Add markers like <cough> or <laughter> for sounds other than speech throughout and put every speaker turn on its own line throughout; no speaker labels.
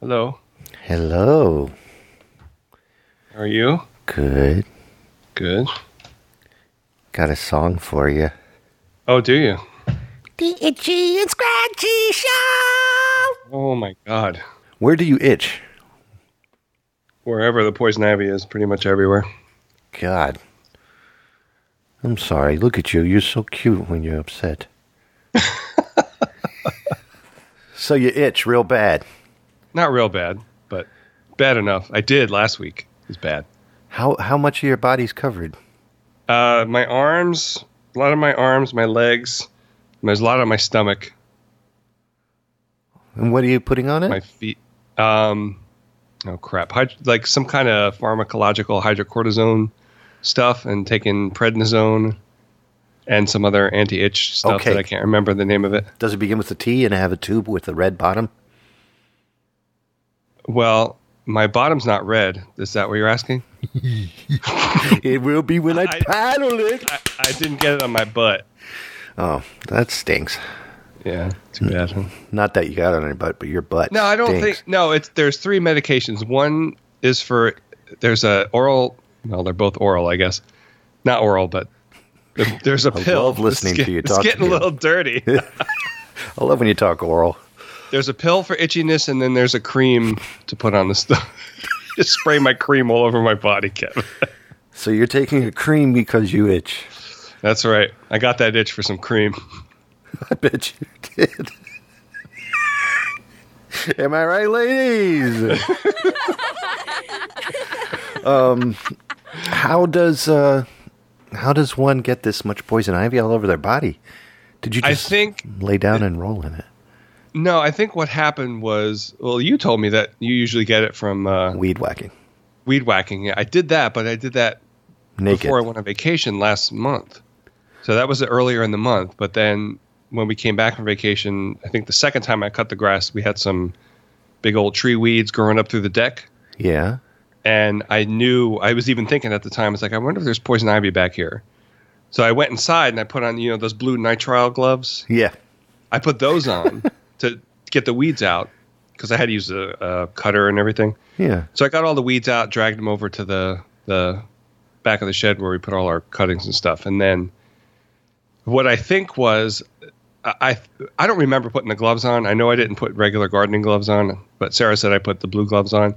Hello.
Hello.
How are you?
Good.
Good.
Got a song for you.
Oh, do you?
The Itchy and Scratchy Show!
Oh my God.
Where do you itch?
Wherever the poison ivy is, pretty much everywhere.
God. I'm sorry. Look at you. You're so cute when you're <laughs> upset. so you itch real bad.
Not real bad, but bad enough. I did last week. It was bad.
How how much of your body's covered?
Uh, my arms, a lot of my arms, my legs. and there's a lot on my stomach,
And what are you putting on it?
my feet. Um, oh crap! Hyd- like some kind of pharmacological hydrocortisone stuff, and taking prednisone and some other anti-itch stuff
Okay.
that I can't remember the name of it.
Does it begin with a T and have a tube with a
<laughs>
red bottom?
Well, my bottom's not red. Is that what you're asking?
It will be when I,
I-
paddle it.
I, I didn't get it on my butt.
oh, that stinks.
Yeah, too bad. huh?
Not that you got it on your butt, but your butt.
No, I don't
stinks.
think. No, it's there's three medications. One is for there's a oral. Well, they're both oral, I guess. Not oral, but there- there's a pill.
love listening
It's get-
to you
It's
talk
getting
to
a
you.
little dirty.
<laughs> I love when you talk oral.
there's a pill for itchiness, and then there's a cream to put on the stuff. <laughs> Just spray my cream all over my body, Kevin.
So you're taking a cream because you itch. <laughs>
That's right. I got that itch for some cream.
I bet you did. Am I right, ladies? <laughs> um, how does uh, how does one get this much poison ivy all over their body? Did you
I
just
think
lay down and roll in it?
no. I think what happened was well, you told me that you usually get it from uh,
Weed whacking,
weed whacking. Yeah, I did that, but I did that
naked.
before I went on vacation last month. So that was earlier in the month. But then when we came back from vacation, I think the second time I cut the grass, we had some big old tree weeds growing up through the deck.
yeah,
And I knew, I was even thinking at the time, it's like, I wonder if there's poison ivy back here. So I went inside and I put on, you know, those blue nitrile gloves.
yeah.
I put those on to get the weeds out because I had to use a, a cutter and everything.
Yeah.
So I got all the weeds out, dragged them over to the the back of the shed where we put all our cuttings and stuff. And then what I think was I I, I don't remember putting the gloves on. I know I didn't put regular gardening gloves on, but Sarah said I put the blue gloves on.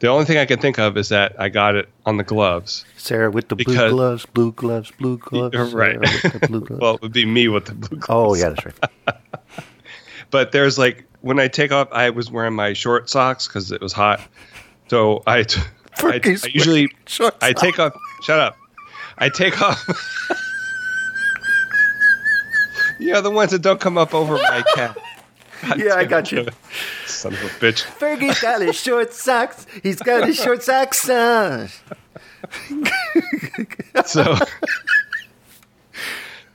The only thing I can think of is that I got it on the gloves.
Sarah with the blue
Because-
gloves, blue gloves, blue gloves.
right.
Sarah with the blue
<laughs>
gloves.
Well, it would be me with the blue gloves.
oh yeah, that's right.
but there's like when I take off, I was wearing my short socks because it was hot. So I, t- I,
Fergie's
I usually
short
I take off. Shut up. I take off. <laughs> you know the ones that don't come up over
<laughs>
my cap.
Yeah, I got you.
<laughs> Son of a bitch.
Fergie's got his short socks. He's got his short socks on.
So. <laughs>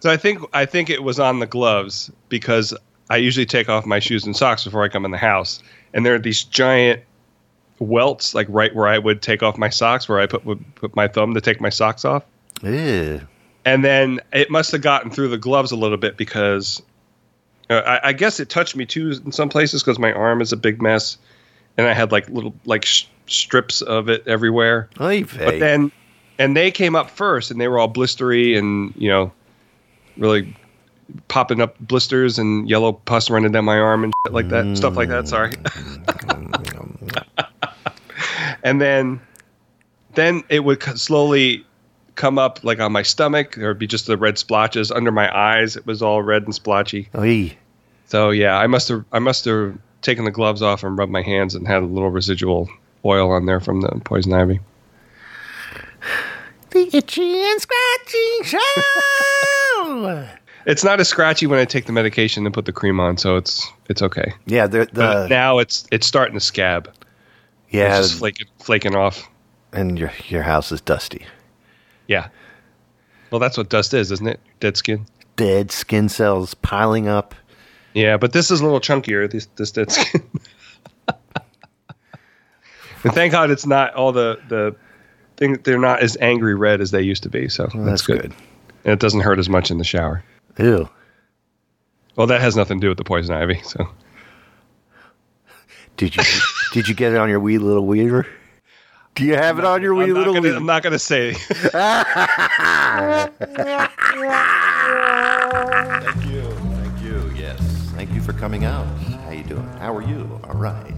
So I think I think it was on the gloves because I usually take off my shoes and socks before I come in the house, and there are these giant welts like right where I would take off my socks, where I put would put my thumb to take my socks off.
Ew.
and then it must have gotten through the gloves a little bit because uh, I, I guess it touched me too in some places because my arm is a big mess, and I had like little like sh- strips of it everywhere.
Oy
But
vey.
then, and they came up first, and they were all blistery and you know, really popping up blisters and yellow pus running down my arm and shit like that, stuff like that. Sorry. <laughs> and then, then it would c- slowly come up like on my stomach. There would be just the red splotches under my eyes. It was all red and splotchy.
Oy.
So yeah, I must have I must have taken the gloves off and rubbed my hands and had a little residual oil on there from the poison ivy.
The itchy and scratchy show.
It's not as scratchy when I take the medication and put the cream on, so it's it's okay.
yeah, the,
But
the
now it's it's starting to scab. It's
Uh. yeah,
just flaking flaking off.
and your your house is dusty.
Yeah. Well, that's what dust is, isn't it? Dead skin.
Dead skin cells piling up.
Yeah, but this is a little chunkier. This this dead skin. <laughs> and thank God it's not all the the thing. They're not as angry red as they used to be. So
That's, good.
and it doesn't hurt as much in the shower.
Ew.
Well, that has nothing to do with the poison ivy. So
Did you Did you get it on your wee little weaver? Do you have it on your wee
I'm, not
little
gonna,
weaver?
I'm not gonna say.
Thank you. Thank you. Yes. Thank you for coming out. How you doing? How are you? All right.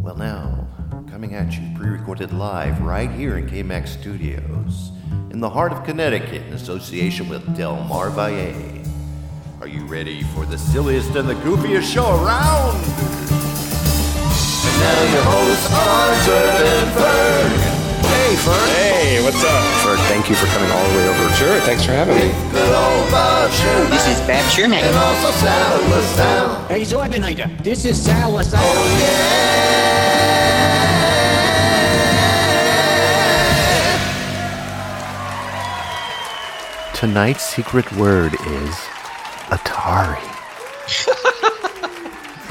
Well, now, coming at you pre-recorded live right here in KMAX Studios in the heart of Connecticut in association with Del Mar Valle. Are you ready for the silliest and the goofiest show around? And now your hosts, Arthur and Ferg. Hey, Ferg.
hey, what's up?
Ferg, thank you for coming all the way over
Sure, thanks for having me.
This is Bab Sherman.
also sound the sound.
Hey,
<laughs>
Zorbinator, this is Sal Lasada.
Tonight's secret word is Atari.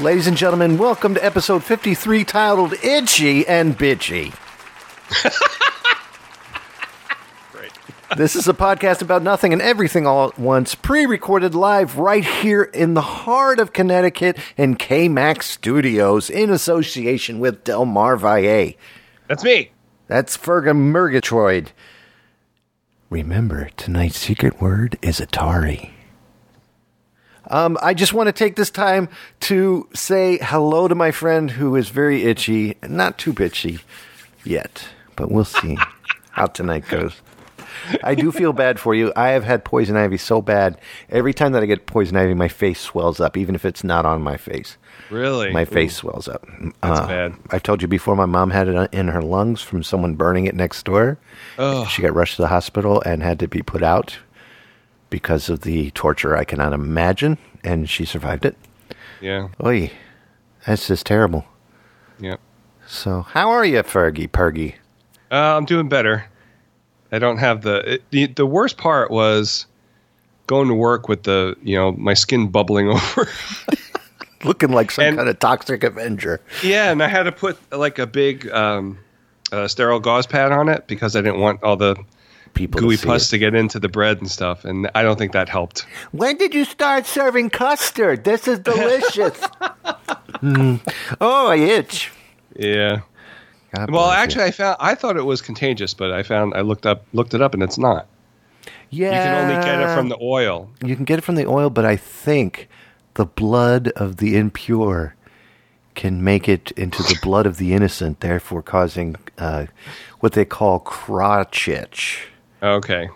<laughs> Ladies and gentlemen, welcome to episode 53 titled Itchy and Bitchy.
Great.
This is a podcast about nothing and everything all at once, pre recorded live right here in the heart of Connecticut in KMAX Studios in association with Del Mar Valle.
That's me.
That's Fergus Murgatroyd. Remember, tonight's secret word is Atari. Um, I just want to take this time to say hello to my friend who is very itchy, not too bitchy yet, but we'll <laughs> see how tonight goes. I do feel bad for you. I have had poison ivy so bad. Every time that I get poison ivy, my face swells up, even if it's not on my face.
Really?
My face swells up. Uh,
That's bad.
I've told you before, my mom had it in her lungs from someone burning it next door.
Ugh.
She got rushed to the hospital and had to be put out because of the torture I cannot imagine, and she survived it.
Yeah.
Oy, that's just terrible.
Yeah.
So, how are you, Fergie Pergy?
Uh, I'm doing better. I don't have the, it, the the worst part was going to work with the you know my skin bubbling <laughs> over.
Looking like some
And-
kind of toxic Avenger.
yeah, and I had to put like a big um, uh, sterile gauze pad on it because I didn't want all the
People to
gooey
see
pus
it.
to get into the bread and stuff. And I don't think that helped.
When did you start serving custard? This
<laughs>
is delicious. Mm. Oh, I itch.
Yeah.
God
Well,
bless you.
actually, I found I thought it was contagious, but I found I looked up looked it up and it's not.
yeah.
You can only get it from
Uh,
the oil.
you can get it from the oil, but I think the blood of the impure can make it into the blood of the innocent, therefore causing uh, what they call crotch itch.
Okay.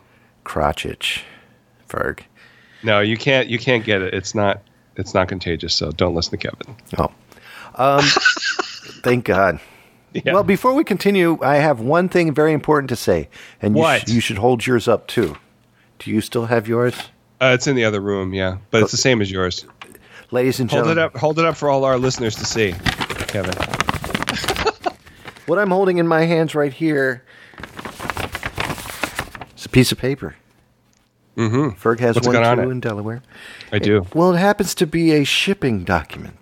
Crotch itch, Ferg.
No, you can't. You can't get it. It's not. It's not contagious. So don't listen to Kevin.
Oh, um,
<laughs>
thank God.
Yeah.
Well, before we continue, I have one thing very important to say, and you,
What?
you should hold yours up too. Do you still have yours,
Uh, it's in the other room, yeah, but it's the same as yours.
ladies and
Hold
gentlemen?
it up, hold it up for all our listeners to see, Kevin.
What I'm holding in my hands right here is a piece of paper. Mm-hmm. Ferg has
What's
one
got on
too
it?
in Delaware.
I do.
Well, it happens to be a shipping documentation.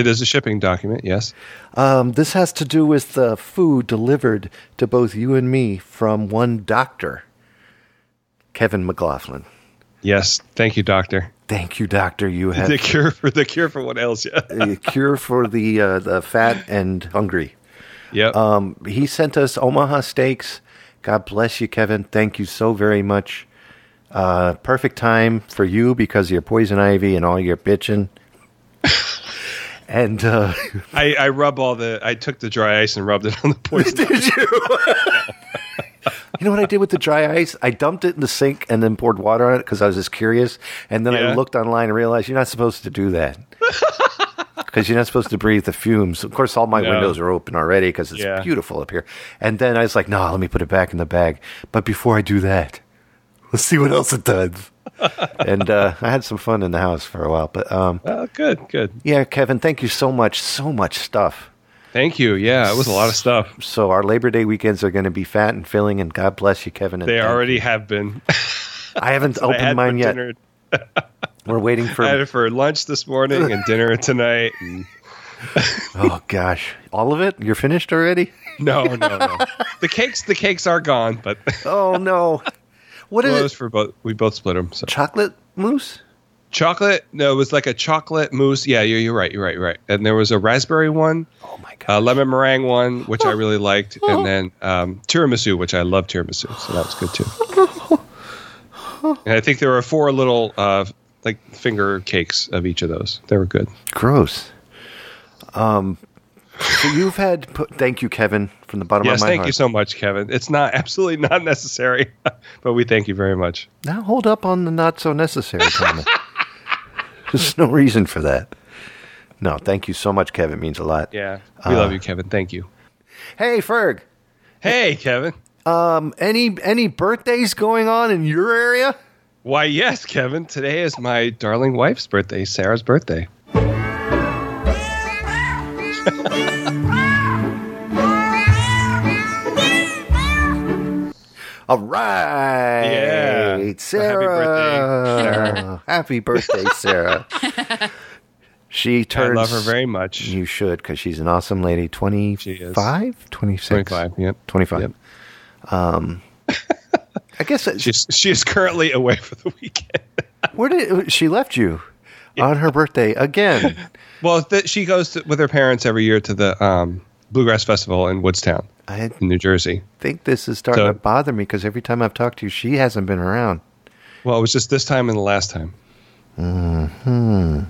It is a shipping document, yes.
Um, this has to do with the food delivered to both you and me from one doctor, Kevin McLaughlin.
Yes, thank you, doctor.
Thank you, doctor.
<laughs>
You Uh, have
The cure for the cure for what else? Yeah.
a cure for the uh, the fat and hungry.
Yep.
Um, he sent us Omaha Steaks. God bless you, Kevin. Thank you so very much. Uh, perfect time for you because of your poison ivy and all your bitching. <laughs> and uh,
I, I rub all the. I took the dry ice and rubbed it on the
<laughs>
poison.
did you? you know what I did with the dry ice? I dumped it in the sink and then poured water on it because I was just curious. And then I
Yeah.
looked online and realized you're not supposed to do that. Because you're not supposed to breathe the fumes. Of course, all my
No.
windows are open already because it's
Yeah.
beautiful up here. And then I was like, no, let me put it back in the bag. But before I do that, <laughs> let's see what else it does. and uh, I had some fun in the house for a while. But um,
oh, good, good.
yeah, Kevin, thank you so much. So much stuff.
Thank you. Yeah, it was a lot of stuff.
So our Labor Day weekends are going to be fat and filling, and God bless you, Kevin. And
They
thank-
already have been. <laughs>
I haven't
I
opened
had
mine
for
yet.
Dinner.
We're
<laughs>
waiting
I had
for.
it for lunch this morning and
<laughs>
dinner tonight. and-
oh gosh, all of it? You're
<laughs>
finished already?
no, no, no. <laughs> The cakes, the cakes are gone, but
Oh no! What
well, it
is
was
it?
<laughs> for both. We both split them. So
Chocolate mousse?
Chocolate? No, it was like a chocolate mousse. Yeah, you're, you're right. You're right. You're right. And there was a raspberry one,
Oh my god.
a lemon meringue one, which
<laughs>
I really liked, and then um, tiramisu, which I love tiramisu, so that was good
<laughs>
too. And I think there were four little uh, like finger cakes of each of those. They were good.
Gross. Um, so you've had. Pu- thank you, Kevin, from the bottom
Yes,
of my
thank
heart.
you so much, Kevin. It's not <laughs> absolutely not necessary, <laughs> but we thank you very much.
Now hold up on the not so necessary
<laughs>
comment. There's no reason for that. No, thank you so much, Kevin. It means a lot.
Yeah, we love you, Kevin. Thank you.
Hey, Ferg.
Uh, <laughs> Hey, Kevin.
Um, any any birthdays going on in your area?
Why, yes, Kevin. Today is my darling wife's birthday, Sarah's birthday.
All right.
Yeah. Happy
Sarah. <laughs> Happy birthday,
<laughs>
Sarah. she turns.
I love her very much.
You should, because she's an awesome lady. 25? 26?
25, yep.
25.
Yep.
Um,
<laughs>
I guess that-
She's, she is currently away for the weekend. <laughs>
where did uh, she left you on her
<laughs>
birthday again?
Well, th- she goes to, with her parents every year to the um, Bluegrass Festival in Woodstown,
I
in New Jersey.
think this is starting
So-
to bother me because every time I've talked to you, she hasn't been around.
Well, it was just this time and the last time. Mm-hmm.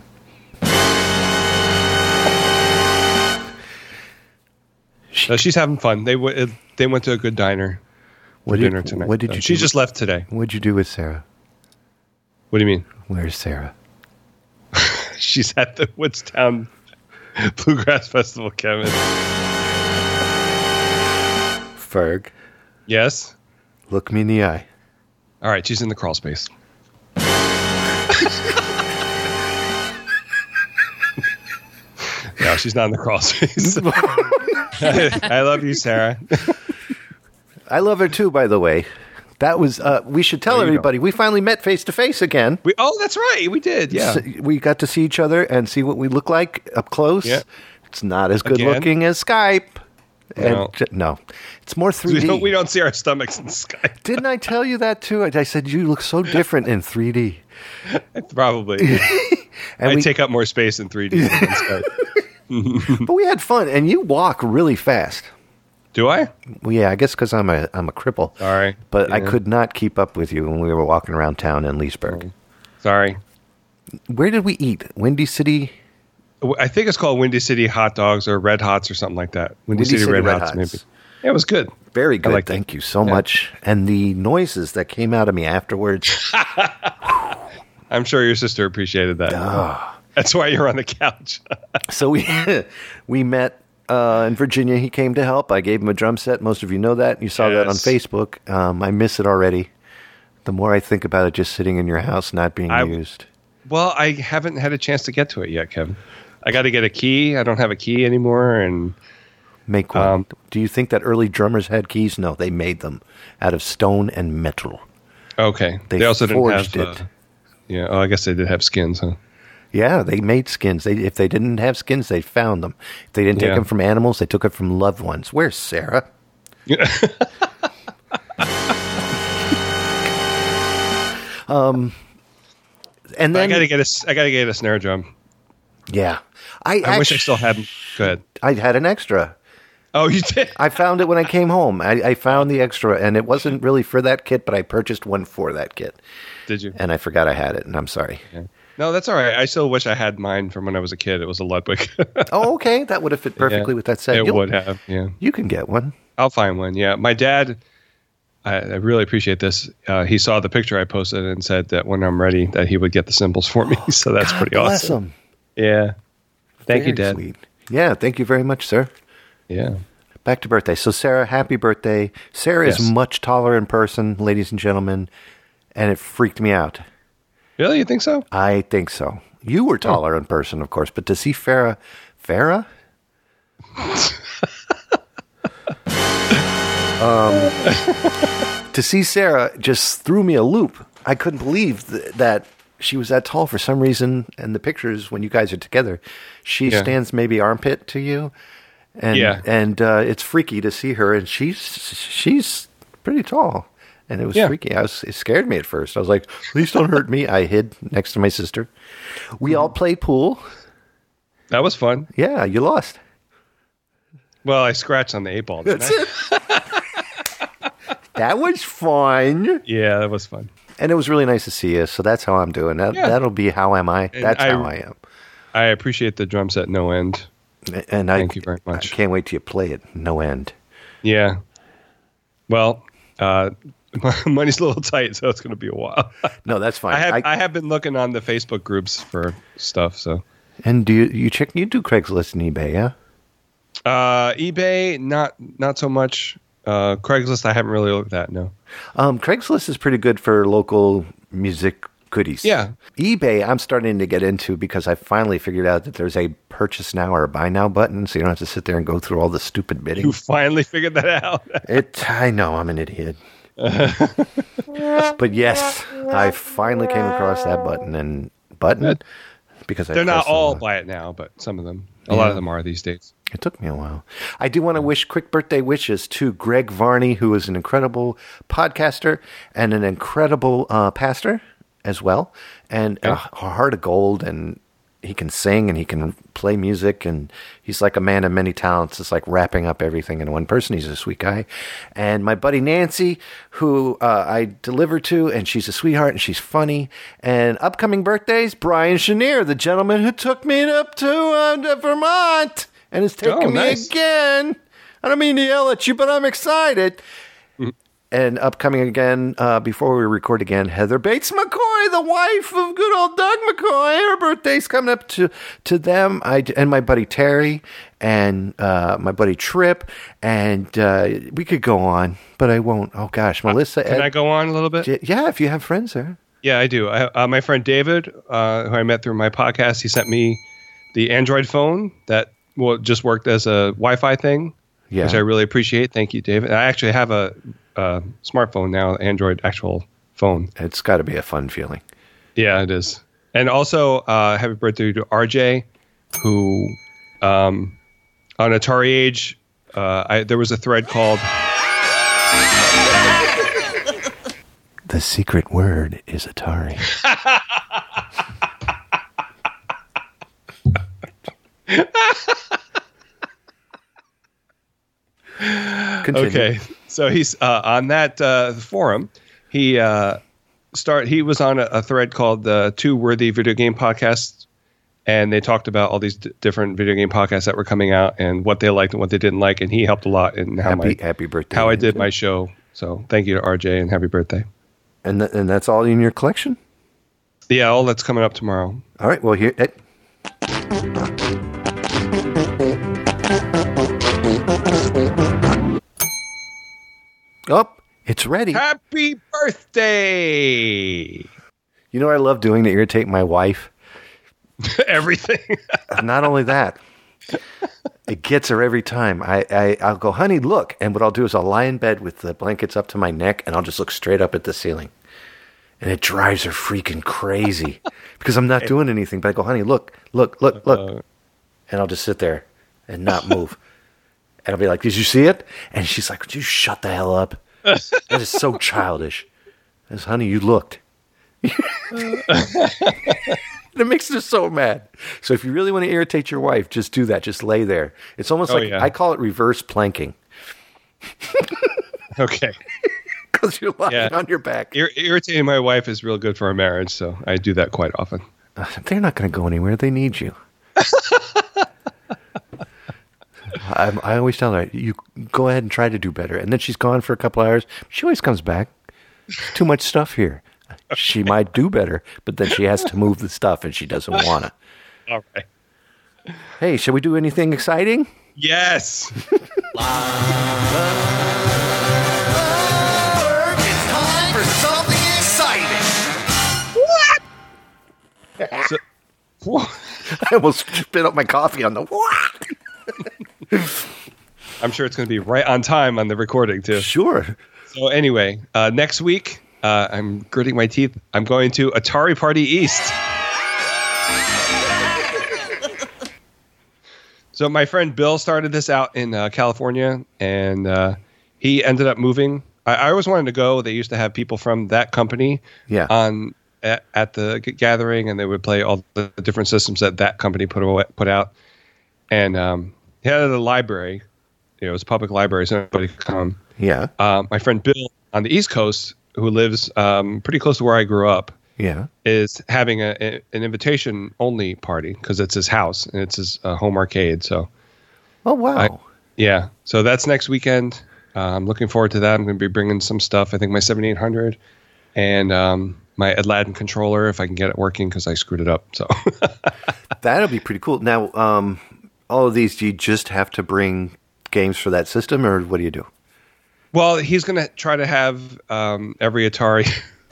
She-
So she's having fun. They w- it- they went to a good diner for
What did-
dinner tonight.
what did
So
you
She
do?
just left today.
What'd you do with Sarah?
What do you mean? <laughs>
Where's Sarah?
She's at the Woodstown <laughs> Bluegrass Festival, Kevin.
Ferg,
Yes.
look me in the eye.
All right, she's in the crawl space. no, she's not in the crawl <laughs> space. I love you, Sarah.
I love her too, by the way. That was, uh, we should tell
There you go.
everybody, we finally met face to face again.
We oh, that's right, we did. Yeah,
S- we got to see each other and see what we look like up close.
Yeah.
It's not as good
Again.
looking as Skype.
No.
And j- no, it's more
<laughs>
3D.
we don't, we don't see our stomachs in Skype.
Didn't I tell you that too? I I said you look so different in 3D.
<laughs> Probably,
And
I
we, <laughs>
take up more space in 3D. than Skype.
but we had fun, and you walk really fast.
Do I?
Well, yeah, I guess because I'm a I'm a cripple.
Sorry.
but I
Yeah.
could not keep up with you when we were walking around town in Leesburg.
Sorry.
Where did we eat? Windy City.
I think it's called Windy City Hot Dogs or Red Hots or something like that. Windy, City, Red, Hots, maybe. Yeah, it was good.
Very good.
liked it.
Thank you so much. And the noises that came out of
<laughs>
me afterwards.
I'm sure your sister appreciated that. That's why you're on the couch. <laughs>
so we <laughs> we met uh, in Virginia. He came to help. I gave him a drum set. Most of you know that. You saw that on
Yes.
Facebook. Um, I miss it already. The more I think about it, just sitting in your house, not being
I-
used.
Well, I haven't had a chance to get to it yet, Kevin. I got to get a key. I don't have a key anymore, and
Make one.
Um,
Do you think that early drummers had keys? No, they made them out of stone and metal.
okay,
They
they, also didn't
forged
have.
it.
Uh, yeah, oh, I guess they did have skins, huh?
Yeah, they made skins. They, if they didn't have skins, they found them. If they didn't take
Yeah.
them from animals, they took it from loved ones.
<laughs>
Where's Sarah? um, and
I
then
got to get a. s- I got to get a snare drum.
yeah, I
I wish I
act-
still had. Go ahead.
I had an extra.
Oh, you did.
I found it when I came home. I, I found the extra, and it wasn't really for that kit, but I purchased one for that kit,
Did you?
and I forgot I had it, and I'm sorry.
No, that's all right. I still wish I had mine from when I was a kid. It was a Ludwig. <laughs>
Oh, okay, that would have fit perfectly with that set.
it
You'll-
would have. Yeah.
You can get one.
I'll find one. Yeah, my dad. I, I really appreciate this. Uh, he saw the picture I posted and said that when I'm ready, that he would get the symbols for me. <laughs> So that's pretty
Bless
awesome.
'em.
Yeah. Thank you,
Very
Dad.
sweet. Yeah, thank you very much, sir.
Yeah.
Back to birthday. So, Sarah, happy birthday. Sarah is
Yes.
much taller in person, ladies and gentlemen, and it freaked me out.
Really? You think so?
I think so. You
Oh.
were taller in person, of course, but to see Farah,
<laughs>
Farah? um, to see Sarah just threw me a loop. I couldn't believe th- that she was that tall for some reason. And the pictures, when you guys are together, she
Yeah.
stands maybe armpit to you. And,
Yeah.
and uh, it's freaky to see her. And she's, she's pretty tall. and it was
Yeah.
freaky. I was it scared me at first. I was like, "Please don't hurt me." I hid next to my sister. We all played pool.
That was fun.
Yeah, you lost.
Well, I scratched on the eight ball. Didn't I?
<laughs> That was fun,
Yeah, that was fun.
and it was really nice to see you. So that's how I'm doing. That,
Yeah.
That'll be how am I?
And
that's
I-
how I am.
I appreciate the drum set no end.
And
Thank
I,
you very much.
I can't wait till you play it. No end.
Yeah. Well, uh, <laughs> my money's a little tight, so it's going to be a while. <laughs>
No, that's fine.
I have I, have been looking on the Facebook groups for stuff. So
and do you, you check? You do Craigslist and eBay, yeah?
uh, eBay, not not so much. Uh, Craigslist, I haven't really looked at. No. <laughs>
Um, Craigslist is pretty good for local music goodies.
Yeah.
eBay, I'm starting to get into because I finally figured out that there's a purchase now or a buy now button, so you don't have to sit there and go through all the stupid bidding.
You finally figured that out. <laughs>
It. I know I'm an idiot. but yes, I finally came across that button and button because I
They're not
pressed the
all
button.
by it now, but some of them, a lot of them are these days.
It took me a while. I do want to wish quick birthday wishes to Greg Varney, who is an incredible podcaster and an incredible uh, pastor as well, and a h- a heart of gold. And he can sing and he can play music, and he's like a man of many talents. It's like wrapping up everything in one person. He's a sweet guy. And my buddy Nancy, who uh, I deliver to, and she's a sweetheart and she's funny. And upcoming birthdays, Brian Chenier, the gentleman who took me up to uh, to Vermont. And it's taking
Oh,
me
nice.
again. I don't mean to yell at you, but I'm excited.
Mm.
And upcoming again, uh, before we record again, Heather Bates McCoy, the wife of good old Doug McCoy. Her birthday's coming up to, to them. I, d- and my buddy Terry and uh, my buddy Trip. And uh, we could go on, but I won't. Oh, gosh. Melissa.
Uh, Can
Ed-
I go on a little bit?
yeah, if you have friends there.
Yeah, I do. I, uh, my friend David, uh, who I met through my podcast, he sent me the Android phone that well, just worked as a Wi-Fi thing,
Yeah.
which I really appreciate. Thank you, David. And I actually have a, uh smartphone now, Android actual phone.
It's got to be a fun feeling.
Yeah, it is. And also, uh, happy birthday to RJ, who um, on Atari Age, uh, I, there was a thread called
The secret word is Atari. Continue.
Okay, <laughs> so he's uh, on that uh, forum. He uh, start. He was on a, a thread called the Two Worthy Video Game Podcasts, and they talked about all these d- different video game podcasts that were coming out and what they liked and what they didn't like. And he helped a lot in how
Happy,
my
happy birthday.
how I
Andrew.
did my show. So thank you to RJ and happy birthday.
And, th- and that's all in your collection?
Yeah, all that's coming up tomorrow.
All right. Well, here. eh, Oh, it's ready.
Happy birthday!
You know what I love doing to irritate my wife?
<laughs> Everything.
not only that, it gets her every time. I, I I'll go, honey, look, and what I'll do is I'll lie in bed with the blankets up to my neck, and I'll just look straight up at the ceiling, and it drives her freaking
<laughs>
crazy because I'm not doing anything. But I go, honey, look, look, look,
Uh-huh.
look, and I'll just sit there and
<laughs>
not move, and I'll be like, did you see it? And she's like, would you shut the hell
<laughs>
up? That is so childish. As honey, you looked.
<laughs>
And it makes her so mad. So if you really want to irritate your wife, just do that. Just lay there. It's almost
Oh,
like
yeah.
I call it reverse planking
<laughs>
<laughs>
okay.
because you're lying
Yeah.
on your back.
Ir- irritating my wife is real good for our marriage, so I do that quite often.
Ugh, <laughs> They're not going to go anywhere. They need you. I, I always tell her, you go ahead and try to do better. And then she's gone for a couple hours. She always comes back. There's too much stuff here. She might do better, but then she has to move the stuff and she doesn't want to.
All right.
Hey, shall we do anything exciting? <laughs>
<laughs> Yes.
It's time for something exciting.
I almost spit up my coffee on the what?
<laughs> I'm sure it's going to be right on time on the recording too.
Sure.
So anyway, uh, next week uh, I'm gritting my teeth. I'm going to Atari Party East. so my friend Bill started this out in uh, California, and uh, he ended up moving I, I always wanted to go. They used to have people from that company
Yeah.
on at, at the g- gathering, and they would play all the different systems that that company put away, put out. And um, he had a library. You know, it was a public library, so nobody could come.
yeah.
Uh, my friend Bill on the East Coast, who lives um, pretty close to where I grew up,
Yeah.
is having a, a- an invitation only party because it's his house and it's his uh, home arcade. So
Oh wow.
I- yeah, so that's next weekend. Uh, I'm looking forward to that. I'm going to be bringing some stuff. I think my 7800 and um, my Aladdin controller if I can get it working because I screwed it up. So <laughs>
That'll be pretty cool. Now, um, all of these, do you just have to bring games for that system, or what do you do?
well, he's going to try to have um, every Atari <laughs>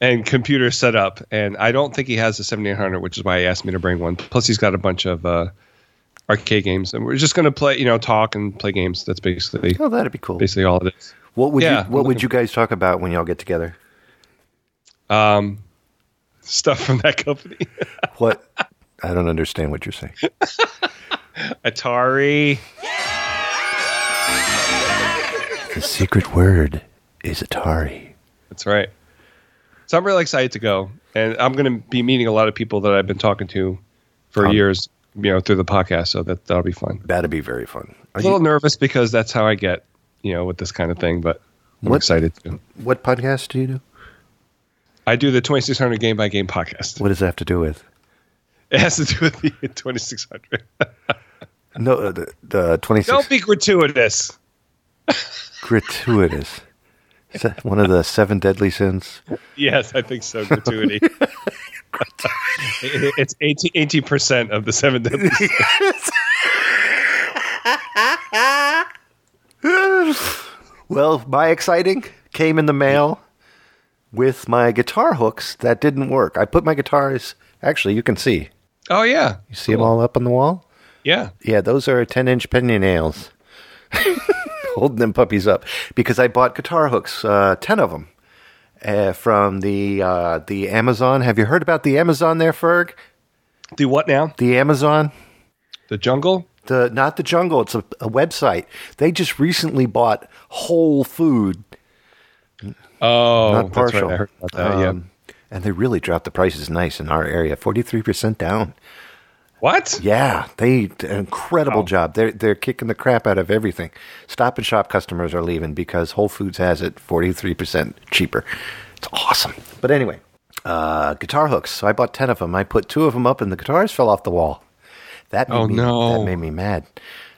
and computer set up. And I don't think he has the 7800, which is why he asked me to bring one. Plus, he's got a bunch of uh, arcade games, and we're just going to play, you know, talk and play games. That's basically
Oh, that'd be cool.
basically all it is.
What would
Yeah,
you What
I'm
would you guys talk about when y'all get together?
Stuff from that company. <laughs>
What? I don't understand what you're saying.
Atari.
The secret word is Atari.
That's right. So I'm really excited to go, and I'm going to be meeting a lot of people that I've been talking to for
Um,
years, you know, through the podcast. So that that'll be fun.
That'd be very fun. Are
A little
you,
nervous because that's how I get, you know, with this kind of thing. But I'm
What-
excited. To.
what podcast do you do?
I do the 2600 game by game podcast.
What does that have to do with?
It has to do with the
<laughs>
2600.
No, uh, the, the 26
Don't be gratuitous.
gratuitous. Is that one of the seven
<laughs>
deadly sins?
Yes, I think so.
<laughs>
Gratuity. It- it's 80 percent of the seven
<laughs>
deadly. sins.
Well, my exciting came in the mail with my guitar hooks that didn't work. I put my guitars, actually, you can see.
Oh yeah,
You see them all up on the wall?
yeah.
Yeah, those are 10 inch penny nails. <laughs> Holding them puppies up. Because I bought guitar hooks, uh, 10 of them, uh, from the, uh, the Amazon. Have you heard about the Amazon there, Ferg?
Do what now?
The Amazon?
The jungle.
the not the jungle it's a, a website they just recently bought whole food
Oh,
not partial
That's right. I heard about that. yeah.
Um, and they really dropped the prices nice in our area 43% down
What?
yeah they did an incredible job they're, they're kicking the crap out of everything stop and shop customers are leaving because whole foods has it 43% cheaper it's awesome but anyway uh, guitar hooks so i bought 10 of them i put two of them up and the guitars fell off the wall that made
Oh,
me,
no.
that made me mad.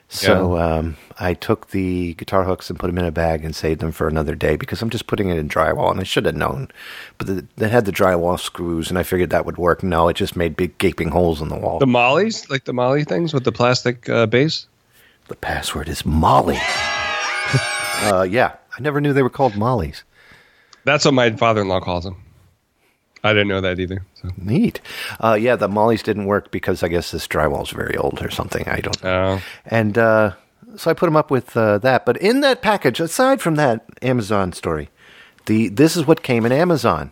So um, I took the guitar hooks and put them in a bag and saved them for another day because I'm just putting it in drywall and I should have known. But the, they had the drywall screws and I figured that would work. No, it just made big gaping holes in the wall.
The
The,
mollies, like the molly things with the plastic uh, base.
password is Molly. <laughs> uh, yeah, I never knew they were called Mollies.
That's what my father-in-law calls them. I didn't know that either. So.
Neat. Uh, yeah, the Mollies didn't work because I guess this drywall's very old or something. I don't know.
Uh,
And uh, so I put them up with uh, that. But in that package, aside from that Amazon story, the this is what came in Amazon.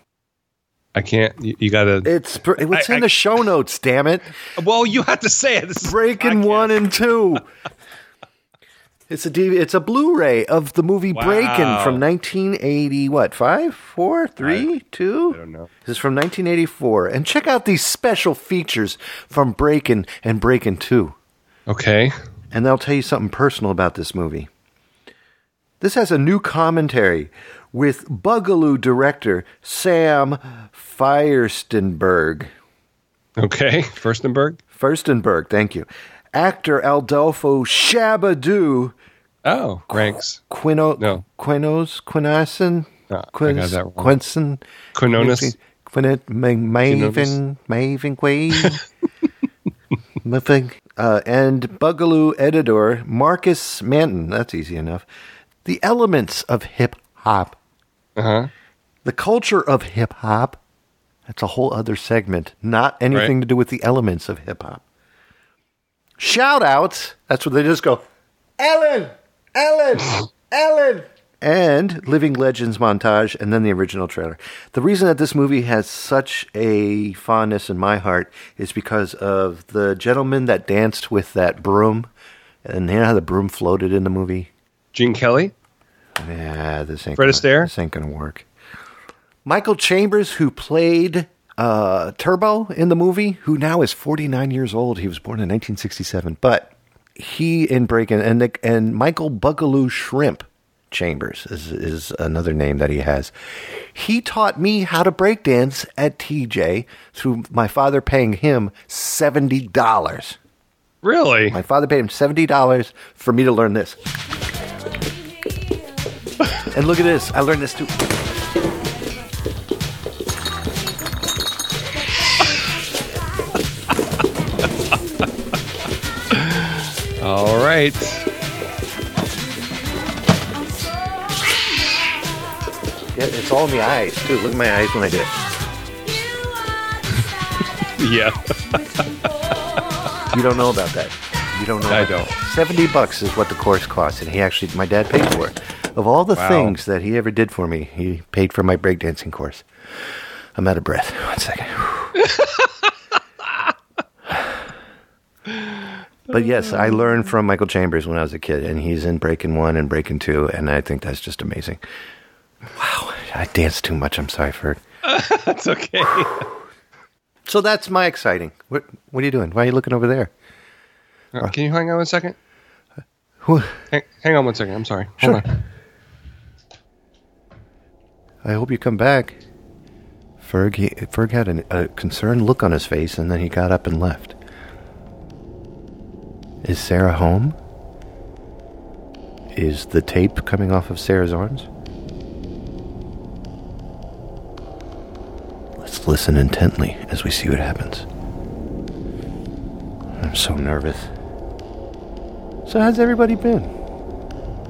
I can't. You, you gotta.
It's pr- it's
I-
in
I-
the show notes.
<laughs>
Damn it,
well, you have to say it. This is-
breaking
I
one and two. <laughs> It's a DV- it's a Blu-ray of the movie Breaking
Wow.
from 1980. What five, four, three, two?
I don't know.
This is from 1984. And check out these special features from Breaking and Breaking Two.
Okay.
And I'll tell you something personal about this movie. This has a new commentary with Bugaloo director Sam Fierstenberg.
Okay. Furstenberg.
Furstenberg, thank you. Actor Aldolfo Shabadoo
Oh, ranks.
Quino
No.
Quinos Quinason
No, I
Quins-
got that wrong.
Quinson
Quinones?
Quinet Maven
<laughs>
Maven Quay Muffing uh, and Bugaloo editor Marcus Manton. That's easy enough. The elements of hip hop.
Uh huh.
The culture of hip hop. That's a whole other segment. Not anything
Right.
to do with the elements of hip hop. Shout outs. That's where they just go, Ellen, Ellen, Ellen. And Living Legends montage, and then the original trailer. The reason that this movie has such a fondness in my heart is because of the gentleman that danced with that broom And you know how the broom floated in the movie?
Gene Kelly.
Yeah, this ain't
Fred
gonna,
Astaire?
This ain't gonna work. Michael Chambers, who played uh, Turbo in the movie, who now is 49 years old. He was born in 1967, but he and Breakin and the, and Michael Bugaloo Shrimp Chambers is, is another name that he has. He taught me how to break dance at TJ through my father paying him seventy dollars.
Really?
My father paid him seventy dollars for me to learn this. and look at this. I learned this too.
All right.
Yeah, it's all in the eyes too. Look at my eyes when I do it.
Yeah. <laughs>
You don't know about that. You don't know.
I
about
don't.
that. Seventy bucks is what the course costs, and he actually, my dad paid for it. Of all the
Wow.
things that he ever did for me, he paid for my breakdancing course. I'm out of breath. One
<sighs>
second. But yes, I learned from Michael Chambers when I was a kid, and he's in Breaking One and Breaking Two, and I think that's just amazing. Wow, I dance too much. I'm sorry for it.
That's okay.
So that's my exciting. What What are you doing? Why are you looking over there?
Uh, Can you hang on one second?
Whew.
Hang, hang on one second. I'm sorry. Hold on.
I hope you come back. Ferg, he, Ferg had an, a concerned look on his face, and then he got up and left. Is Sarah home? Is the tape coming off of Sarah's arms? Let's listen intently as we see what happens. I'm so nervous. So, how's everybody been?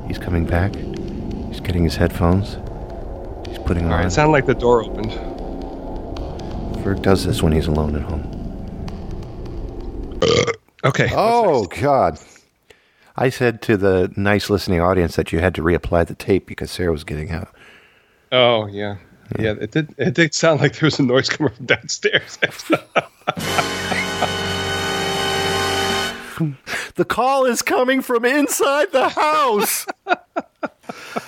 He's coming back. He's getting his headphones. He's putting
All
on.
right. It sounded like the door opened.
Ferg does this when he's alone at home.
Okay.
Oh God! I said to the nice listening audience that you had to reapply the tape because Sarah was getting out.
Oh yeah. Yeah. It did. It did sound like there was a noise coming from downstairs. <laughs>
The call is coming from inside the house. <laughs> Uh.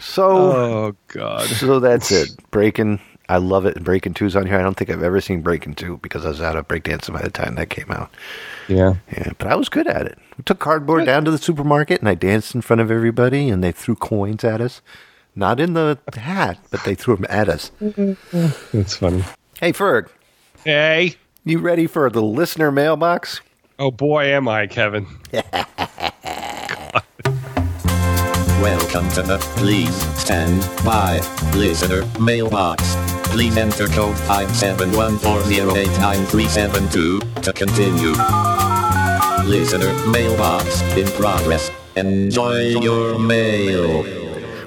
so,
oh God.
so that's it. Breaking. I love it. Breaking Two's on here. I don't think I've ever seen Breaking Two because I was out of breakdancing by the time that came out.
Yeah.
Yeah, but I was good at it. We took cardboard down to the supermarket and I danced in front of everybody and they threw coins at us. Not in the hat, but they threw them at us.
That's funny.
Hey, Ferg,
Hey.
you ready for the listener mailbox?
Oh boy, am I, Kevin.
Welcome to the Please Stand By Listener Mailbox. Please enter code 571408937 to continue. Listener Mailbox in progress. Enjoy your mail.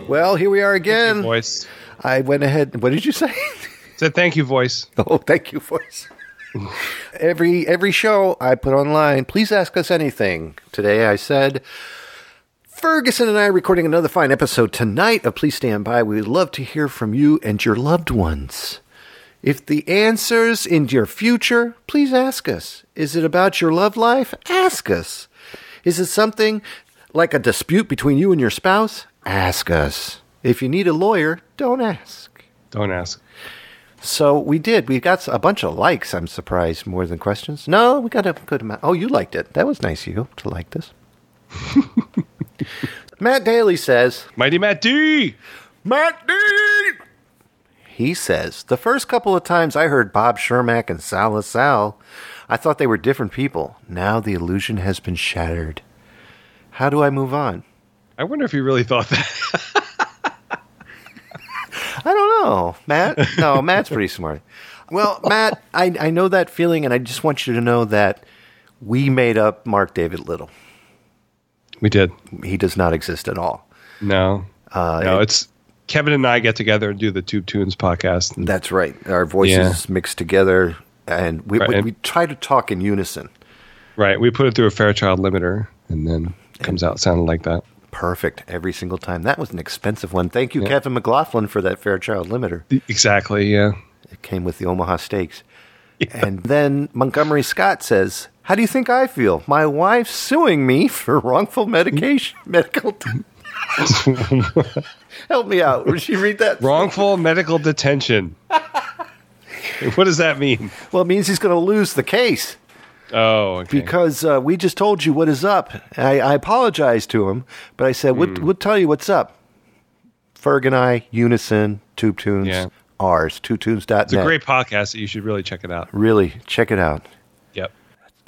Well, here we are again.
Voice.
I went ahead. What did you say? <laughs>
Said thank you, voice.
oh, thank you, voice. <laughs> every every show I put online, please ask us anything. Today I said Ferguson and I are recording another fine episode tonight of Please Stand By. We would love to hear from you and your loved ones. If the answers in your future, please ask us. Is it about your love life? Ask us. Is it something like a dispute between you and your spouse? Ask us. If you need a lawyer, don't ask.
Don't ask.
So we did. We got a bunch of likes. I'm surprised more than questions. No, we got a good amount. Oh, you liked it. That was nice of you to like <laughs> this. Matt Daly says,
Mighty Matt D.
Matt D. He says, the first couple of times I heard Bob Shermack and Sal LaSalle, I thought they were different people. Now the illusion has been shattered. How do I move on?
I wonder if you really thought that. <laughs>
I don't know, <laughs> Matt. No, Matt's pretty smart. <laughs> Well, Matt, I, I know that feeling, and I just want you to know that we made up Mark David Little.
We did.
He does not exist at all.
No. Uh, no, it's Kevin and I get together and do the Tube Tunes podcast. And
That's right. Our voices mixed together, and we, we,
Right.
we try to talk in unison.
Right. We put it through a Fairchild limiter and then it comes out sounding like that.
Perfect every single time. That was an expensive one. Thank you, Kevin McLaughlin, for that Fairchild limiter.
Exactly. Yeah. <laughs>
It came with the Omaha Steaks. And then Montgomery Scott says, How do you think I feel? My wife's suing me for wrongful medication, <laughs> medical.
<laughs>
Help me out. Would she read that?
Wrongful <laughs> medical detention. <laughs> what does that mean?
Well, it means he's going to lose the case.
Oh, okay.
because uh, we just told you what is up. I, I apologized to him, but I said, we'll,
Hmm.
we'll tell you what's up. Ferg and I, Unison, Tube Tunes,
Yeah.
ours, tubetunes.net.
it's a great podcast that you should really check it out.
Really, check it out.
Yep.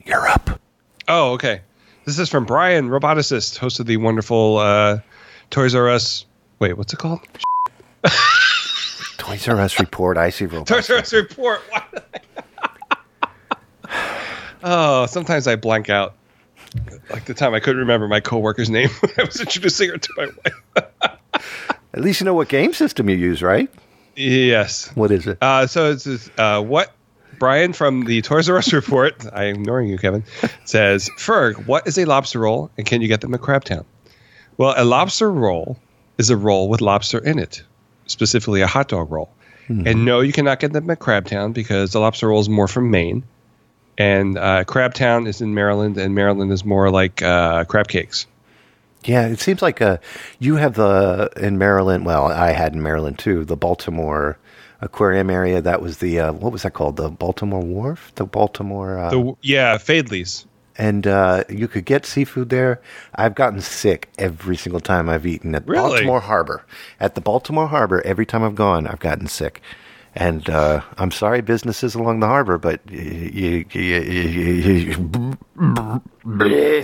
You're up.
Oh, okay. This is from Brian, roboticist, host of the wonderful uh, Toys R Us. Wait, what's it called?
Toys
<laughs>
R Us report, Icy Robot.
Toys R Us report. Why did I- <laughs> oh, sometimes I blank out. Like the time I couldn't remember my coworker's name <laughs> when I was introducing her to my wife.
At least you know what game system you use, right?
Yes.
What is it?
Uh, so it's uh, what Brian from the Toys R Us <laughs> report. I'm ignoring you, Kevin. Says Ferg, what is a lobster roll, and can you get them at Crabtown? Well, a lobster roll is a roll with lobster in it, specifically a hot dog roll. And no, you cannot get them at Crabtown because the lobster roll is more from Maine, and uh, Crabtown is in Maryland, and Maryland is more like uh, crab cakes.
yeah, it seems like uh, you have the, in Maryland, well, I had in Maryland too, the Baltimore aquarium area. That was the, uh, what was that called? The Baltimore Wharf? The Baltimore. Uh,
The, yeah, Fadley's.
and uh, you could get seafood there. I've gotten sick every single time I've eaten at
Really?
Baltimore Harbor. At the Baltimore Harbor, every time I've gone, I've gotten sick. And uh, I'm sorry, businesses along the harbor, but you, you,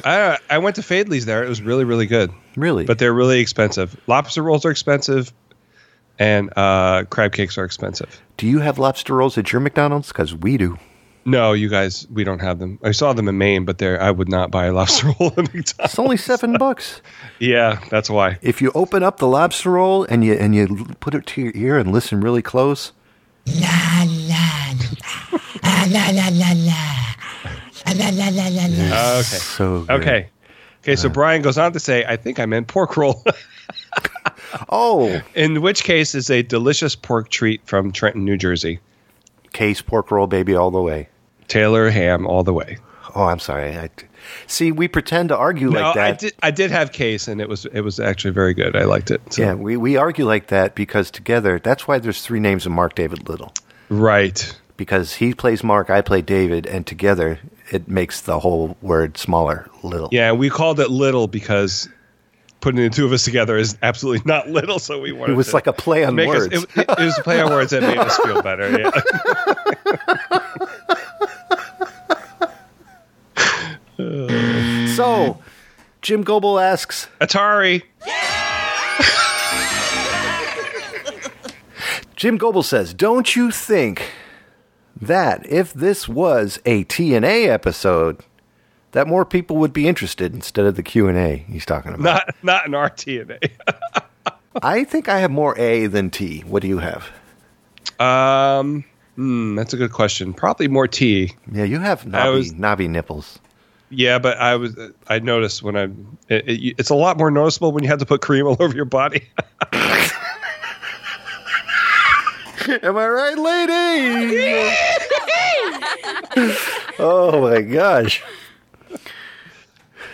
I I went to Fadley's there. It was really really good.
really,
but they're really expensive. Lobster rolls are expensive, and uh, crab cakes are expensive.
do you have lobster rolls at your McDonald's? Because we do.
No, you guys, we don't have them. I saw them in Maine, but there I would not buy a lobster roll at McDonald's.
It's
<laughs>
only seven bucks.
Yeah, that's why.
If you open up the lobster roll and you and you l- put it to your ear and listen really close,
Ah,
Okay,
so good.
okay, okay.
Uh.
So Brian goes on to say, "I think I meant pork roll." <laughs>
Oh,
in which case, is a delicious pork treat from Trenton, New Jersey.
case pork roll, baby, all the way.
Taylor ham all the way.
Oh, I'm sorry. I, see, we pretend to argue
no,
like that.
Oh, I did. I did have case, and it was it was actually very good. I liked it. So-
Yeah, we, we argue like that because together, that's why there's three names of Mark David Little.
Right.
Because he plays Mark, I play David, and together it makes the whole word smaller, little.
Yeah, we called it little because putting the two of us together is absolutely <laughs> not little. So we wanted
It was
to
like a play on
make us-
words.
it, it was a play on words that made us feel better.
<laughs>
Yeah.
so,
Mm-hmm.
Jim Goebel asks,
Atari.
Jim Goebel says, Don't you think that if this was a TNA episode, that more people would be interested instead of the Q&A he's talking about?
Not not an RTNA.
I think I have more A than T. What do you have?
Um, hmm, that's a good question. Probably more T.
Yeah, you have
I
knobby,
was-
knobby nipples.
Yeah, but I was I noticed when I it, it, it's a lot more noticeable when you have to put cream all over your body. <laughs>
Am I right,
<laughs>
lady? oh my gosh.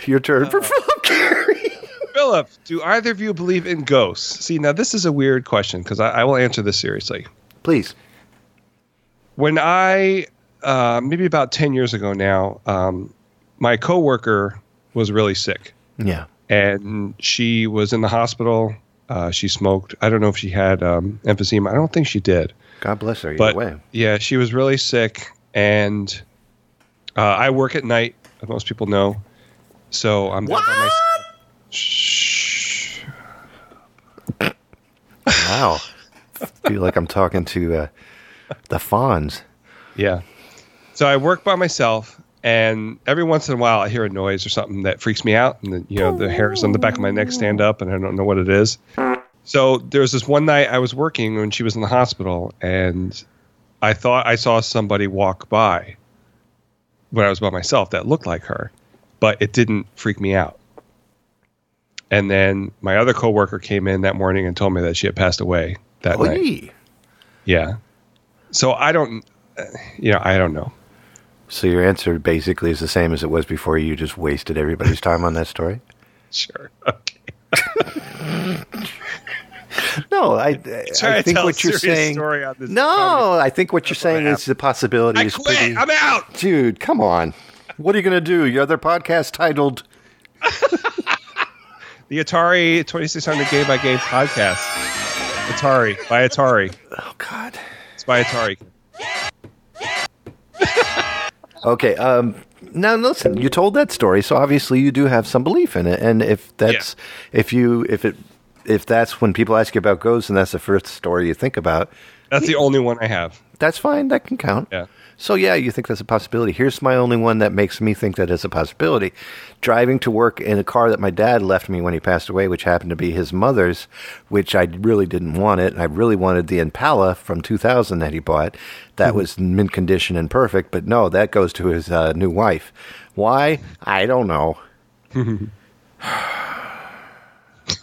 Your turn for Philip Carey.
Philip, do either of you believe in ghosts? See, now this is a weird question because I, I will answer this seriously.
Please.
when I uh, maybe about ten years ago now, um, my coworker was really sick,
Yeah.
and she was in the hospital. Uh, she smoked. I don't know if she had um, emphysema. I don't think she did,
God bless her. Either
but
way.
yeah, she was really sick. And uh, I work at night, as most people know, so I'm what? by myself. Shh.
Wow. feel like I'm talking to uh, the Fonz.
Yeah. So I work by myself, and every once in a while I hear a noise or something that freaks me out, and the, you know the hairs on the back of my neck stand up, and I don't know what it is. So there was this one night I was working when she was in the hospital, and I thought I saw somebody walk by when I was by myself that looked like her, but it didn't freak me out. And then my other coworker came in that morning and told me that she had passed away
Oh,
that night.
Oy.
Yeah. So I don't, uh, you know, I don't know.
So your answer basically is the same as it was before. You just wasted everybody's time on that story.
Sure. <laughs> Okay.
No, I.
Try
I
to
think
tell
what
a
you're
serious
saying.
story on this
no, I think what you're saying is the possibility
I
is
quit.
pretty.
I'm out.
Dude, come on. What are you going to do? Your other podcast titled
The Atari 2600 Game by Game podcast. Atari by Atari.
Oh God.
It's by Atari.
Okay. Um. Now listen. You told that story, so obviously you do have some belief in it. And if that's if you if it if that's when people ask you about ghosts and that's the first story you think about,
That's the only one I have.
that's fine. That can count. <laughs>
Yeah.
So yeah, you think that's a possibility. Here's my only one that makes me think that is a possibility. Driving to work in a car that my dad left me when he passed away, which happened to be his mother's, which I really didn't want it. I really wanted the Impala from 2000 that he bought. That was mint condition and perfect, but no, that goes to his uh, new wife. Why? I don't know. <laughs>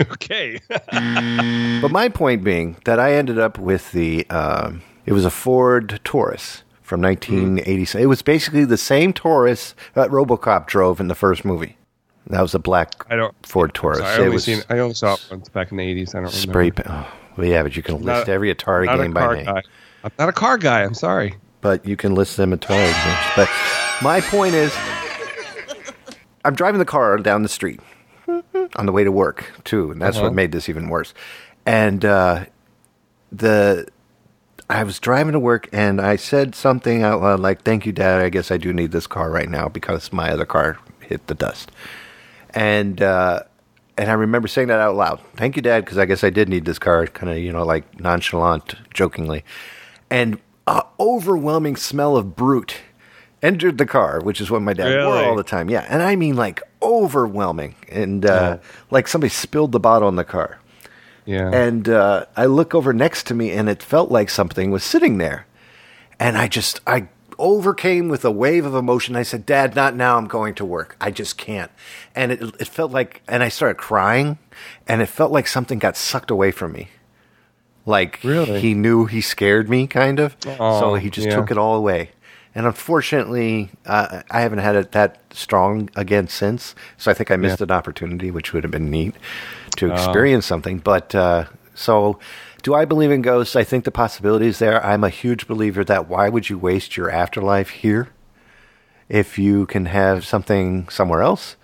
Okay.
But my point being that I ended up with the, um, it was a Ford Taurus from
Hmm.
1987. It was basically the same Taurus that Robocop drove in the first movie. That was a black
I don't-
Ford Taurus.
I
it
only
was
seen. I only saw it once back in the 80s. I don't
spray.
remember.
pa- oh, well, yeah, but you can list every Atari
not a
game by
car
name.
Guy. I'm not a car guy. I'm sorry.
But you can list them Atari games. But my point is, I'm driving the car down the
<laughs>
street on the way to work too, and that's
Uh-huh.
what made this even worse. And uh, the I was driving to work and I said something out loud like, "Thank you, Dad. I guess I do need this car right now because my other car hit the dust." And uh, and I remember saying that out loud. Thank you, Dad, because I guess I did need this car, kind of you know like nonchalant, jokingly. And a overwhelming smell of brute entered the car, which is what my dad wore
Really?
all the time. Yeah, and I mean like overwhelming, and uh, like somebody spilled the bottle in the car.
Yeah.
And uh, I look over next to me, and it felt like something was sitting there. And I just, I overcame with a wave of emotion. I said, Dad, not now. I'm going to work. I just can't. And it, it felt like, and I started crying, and it felt like something got sucked away from me. Like
Really?
he knew he scared me, kind of. so
Oh,
he just
yeah.
took it all away. And unfortunately, uh, I haven't had it that strong again since. So I think I missed an opportunity, which would have been neat to experience something. But uh, so, do I believe in ghosts? I think the possibility is there. I'm a huge believer that why would you waste your afterlife here if you can have something somewhere else?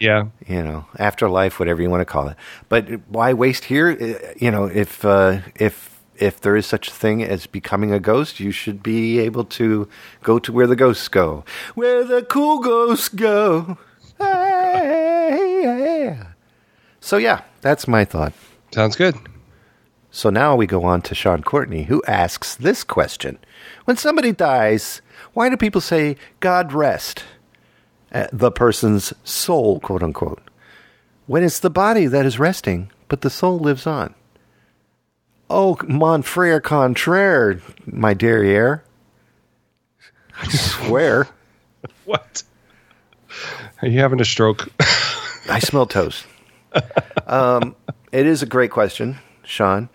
yeah.
you know, afterlife, whatever you want to call it. But why waste here? Uh, You know, if uh, if if there is such a thing as becoming a ghost, you should be able to go to where the ghosts go, where the cool ghosts go. <laughs> Hey, yeah. So yeah, that's my thought.
Sounds good.
So now we go on to Sean Courtney, who asks this question: When somebody dies, why do people say "God rest" uh, the person's soul, quote unquote? When it's the body that is resting, but the soul lives on. Oh, mon frere contraire, my derriere. I swear,
What? Are you having a stroke?
I smell toast. Um, it is a great question, Sean.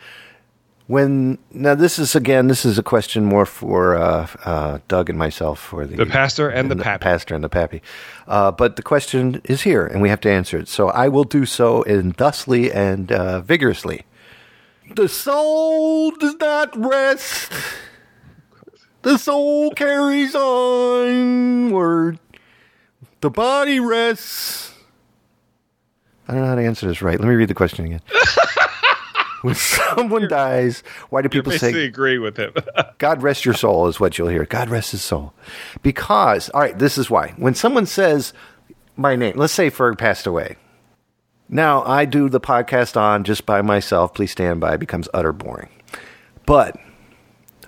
when now this is again this is a question more for uh, uh, Doug and myself for the,
The pastor and the pappy.
pastor and the pappy, uh, but the question is here and we have to answer it. So I will do so in thusly and uh, vigorously. The soul does not rest. The soul carries onward. The body rests. I don't know how to answer this right. Let me read the question again. <laughs> when someone dies, why do people say
Basically agree with him. <laughs>
God rest your soul is what you'll hear. God rest his soul. Because, all right, this is why. When someone says my name, let's say Ferg passed away. Now, I do the podcast on just by myself. Please stand by. It becomes utter boring. But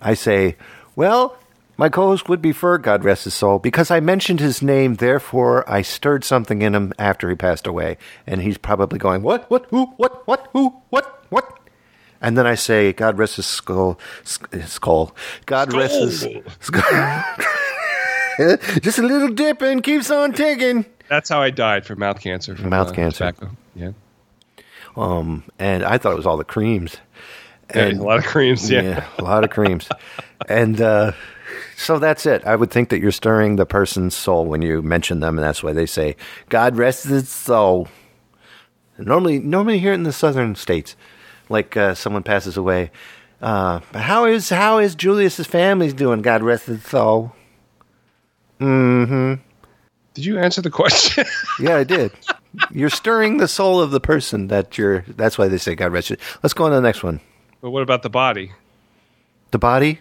I say, well, my co host would be Ferg, God rest his soul, because I mentioned his name. Therefore, I stirred something in him after he passed away. And he's probably going, what, what, who, what, what, who, what, what? And then I say, God rest his skull, sk- his skull. God rest his
Oh,
skull. <laughs> Just a little dip and keeps on ticking.
That's how I died from mouth cancer. From
Mouth
uh,
cancer.
Tobacco. Yeah.
Um, and I thought it was all the creams.
And a lot of creams. Yeah.
a lot of creams. And uh, So that's it. I would think that you're stirring the person's soul when you mention them, and that's why they say, God rest his soul. Normally, normally here in the southern states, like uh, someone passes away, uh, how is how is Julius's family doing? God rest his soul.
Did you answer the question? <laughs>
Yeah, I did. you're stirring the soul of the person that you're. That's why they say God rest. his-" Let's go on to the next one.
but what about the body?
the body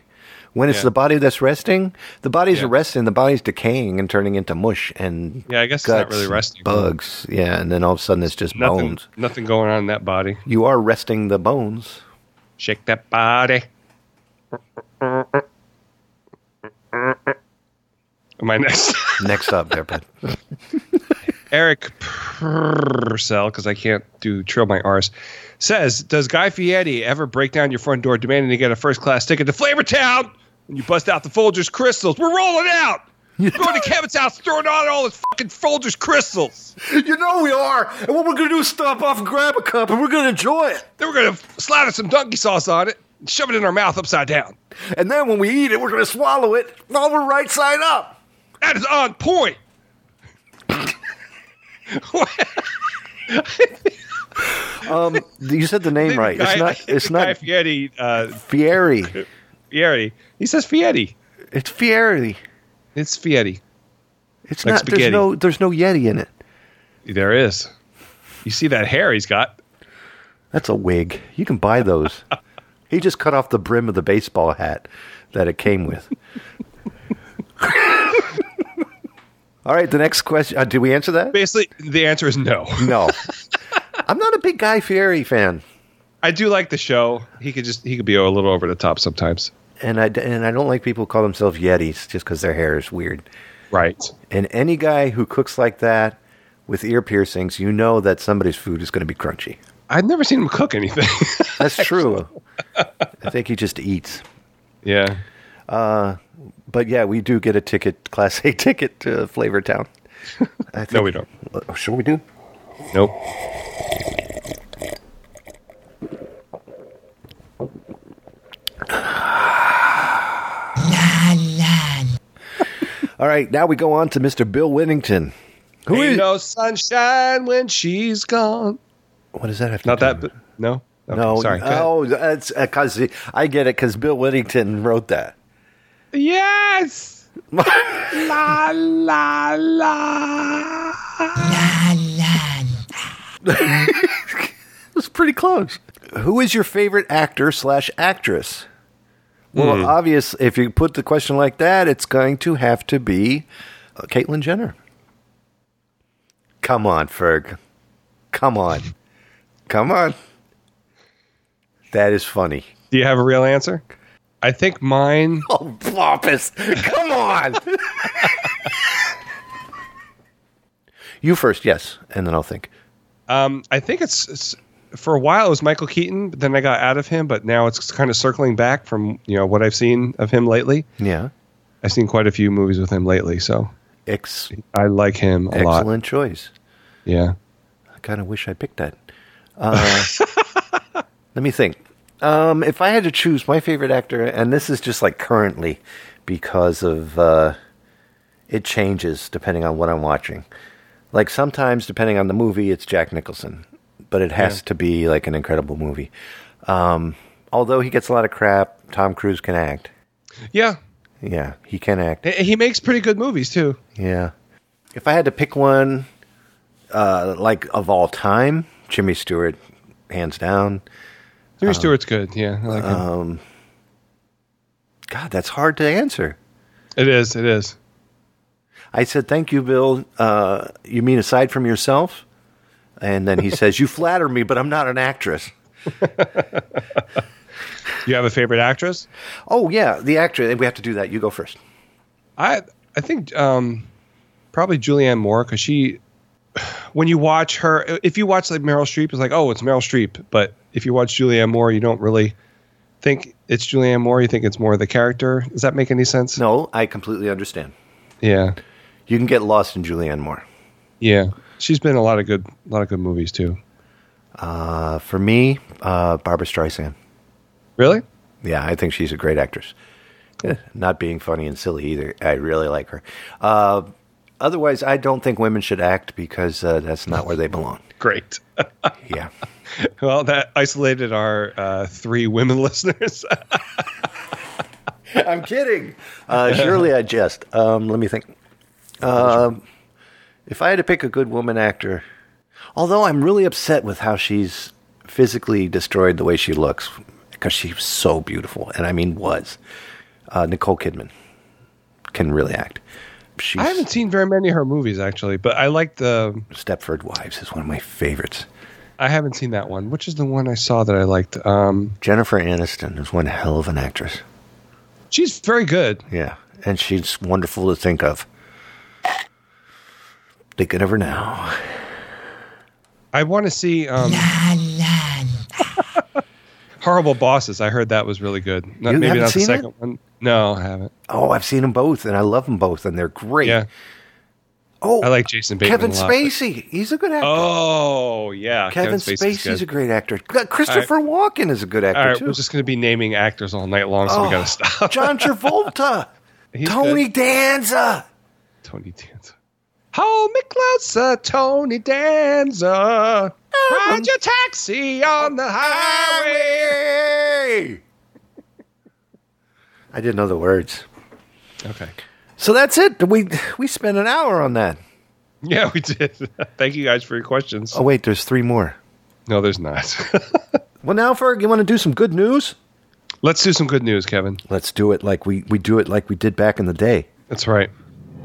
when it's
Yeah.
the body that's resting the body's
Yeah.
resting the body's decaying and turning into mush and
Yeah, I guess it's not
guts
really
and
resting.
bugs yeah and then all of a sudden it's just
Nothing.
bones
Nothing going on in that body.
you are resting the bones
Shake that body. Am I next? <laughs>
next up there but
Eric Purcell, because I can't do trail my R's, says, "Does Guy Fieri ever break down your front door demanding to get a first class ticket to Flavortown? And you bust out the Folgers crystals. We're rolling out. We're going to Kevin's house, throwing out all his fucking Folgers crystals.
<laughs> you know we are and what we're gonna do is stop off and grab a cup and we're gonna enjoy it
Then we're going to slather some donkey sauce on it and shove it in our mouth upside down.
and then when we eat it we're gonna swallow it while we're right side up
That is on point."
um you said the name right
Guy- <laughs>
it's not <laughs> it's
Guy
not
Fieri. Uh,
fieri
Fieri. He says Fieri.
it's fieri
It's Fieri.
it's
Like
not
spaghetti.
there's no there's no yeti in it
There is. You see that hair he's got?
That's a wig. You can buy those. he just cut off the brim of the baseball hat that it came with. All right, the next question. Uh, did we answer that?
Basically, the answer is no.
No. I'm not a big Guy Fieri fan,
I do like the show. He could just he could be a little over the top sometimes.
and I d- and I don't like people who call themselves Yetis just because their hair is weird.
Right.
And any guy who cooks like that with ear piercings, you know that somebody's food is going to be crunchy.
I've never seen him cook anything. <laughs>
That's true. I think he just eats.
yeah.
But yeah, we do get a ticket, <laughs> Class A ticket to
<laughs>
Flavor Town. I
No,
think- Oh,
we don't.
Sure, we do.
Nope.
All right, now we go on to Mr. Bill Whittington. Who
Ain't
is?
no sunshine when she's gone.
What does that have to
Not
do?
that. But, no. Okay,
no,
Sorry. Go ahead.
oh, that's because I get it because Bill Whittington wrote that. <laughs>
Yes. la la la.
It was pretty close. Who is your favorite actor slash actress? Well, obvious. If you put the question like that, it's going to have to be uh, Caitlyn Jenner. Come on, Ferg. Come on. Come on. That is funny.
Do you have a real answer? I think mine.
Oh, Blompus. Come on. you first, yes, and then I'll think.
Um, I think it's, it's for a while it was Michael Keaton, but then I got out of him. But now it's kind of circling back from you know what I've seen of him lately.
Yeah.
I've seen quite a few movies with him lately, so
Ex-
I like him a
excellent
lot.
choice.
Yeah,
I kind of wish I picked that. Uh, <laughs> let me think. Um, if I had to choose my favorite actor, and this is just like currently because of uh, it changes depending on what I'm watching. Like sometimes, depending on the movie, it's Jack Nicholson, but it has to be like an incredible movie. Um, although he gets a lot of crap, Tom Cruise can act.
yeah.
Yeah, he can act.
H- He makes pretty good movies too.
Yeah. If I had to pick one, uh, like of all time, Jimmy Stewart, hands down.
Jimmy Stewart's good. Yeah, I like him.
God, that's hard to answer.
It is. It is.
I said, "Thank you, Bill." Uh, you mean aside from yourself? And then he says, "You flatter me, but I'm not an actress."
You have a favorite actress?
Oh yeah, the actress. We have to do that. You go first.
I I think um, probably Julianne Moore because she, when you watch her, if you watch like Meryl Streep, it's like oh it's Meryl Streep, but if you watch Julianne Moore, you don't really think it's Julianne Moore. You think it's more the character. Does that make any sense?
No, I completely understand.
Yeah,
You can get lost in Julianne Moore.
yeah. She's been in a lot of good, a lot of good movies too.
Uh, for me, uh, Barbara Streisand.
Really?
Yeah, I think she's a great actress. Eh, Not being funny and silly either. I really like her. Uh, otherwise, I don't think women should act because uh, that's not where they belong.
Great.
Yeah.
<laughs> well, that isolated our uh, three women <laughs> listeners.
I'm kidding. Uh, surely I jest. Um, let me think. Um, if I had to pick a good woman actor, although I'm really upset with how she's physically destroyed the way she looks, because she was so beautiful, and I mean was. Uh, Nicole Kidman can really act. She's
I haven't seen very many of her movies actually, but I like the.
Stepford Wives is one of my favorites.
I haven't seen that one. Which is the one I saw that I liked? Um,
Jennifer Aniston is one hell of an actress.
she's very good.
Yeah, and she's wonderful to think of. Thinking of her now.
I want to see. Um, <laughs> Horrible Bosses. I heard that was really good. Not,
You
maybe
haven't
not the
seen
second one. No, I haven't.
Oh, I've seen them both, and I love them both, and they're great.
Yeah,
Oh,
I like Jason Bateman.
Kevin
a lot, but-
Spacey. He's a good actor.
Oh yeah,
Kevin,
Spacey's
Spacey's
good.
a great actor. Uh, Christopher Walken is a good actor
All right,
too.
we're just <laughs> going to be naming actors all night long, so
Oh,
we got to stop.
John Travolta,
<laughs> He's
Tony
good.
Danza.
Tony Danza. Hold me closer, Tony Danza. Ride your taxi on the highway.
I didn't know the words.
Okay. <laughs>
So that's it. We we spent an hour on that.
Yeah, we did. <laughs> Thank you guys for your questions.
Oh wait, there's three more.
No, there's not. <laughs>
Well, now Ferg, you want to do some good news?
Let's do some good news, Kevin.
Let's do it like we we do it like we did back in the day.
That's right.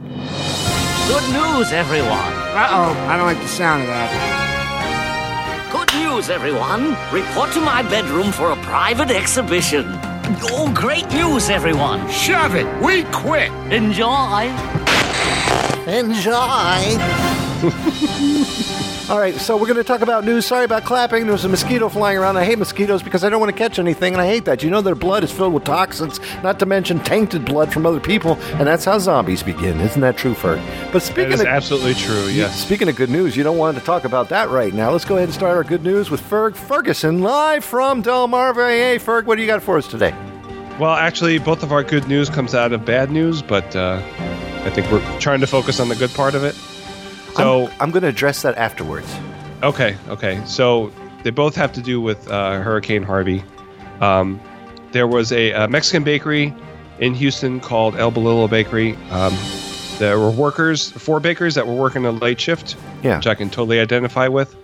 Good news, everyone.
Uh-oh, I don't like the sound of that.
Good news, everyone. Report to my bedroom for a private exhibition. Oh, great news, everyone.
Shove it. We quit.
Enjoy.
<laughs> All right, so we're going to talk about news. Sorry about clapping. There was a mosquito flying around. I hate mosquitoes because I don't want to catch anything, and I hate that. You know, their blood is filled with toxins, not to mention tainted blood from other people, and that's how zombies begin. Isn't that true, Ferg? But
That
speaking
is
of
absolutely true. Yes.
speaking of good news, you don't want to talk about that right now. Let's go ahead and start our good news with Ferg Ferguson live from Delmarva. Hey, Ferg, what do you got for us today?
Well, actually, both of our good news comes out of bad news, but uh, I think we're trying to focus on the good part of it. So,
I'm, I'm going to address that afterwards.
okay, okay. So they both have to do with uh, Hurricane Harvey. Um, there was a, uh Mexican bakery in Houston called El Bolillo Bakery. Um, there were workers, four bakers that were working a late shift,
Yeah.
which I can totally identify with.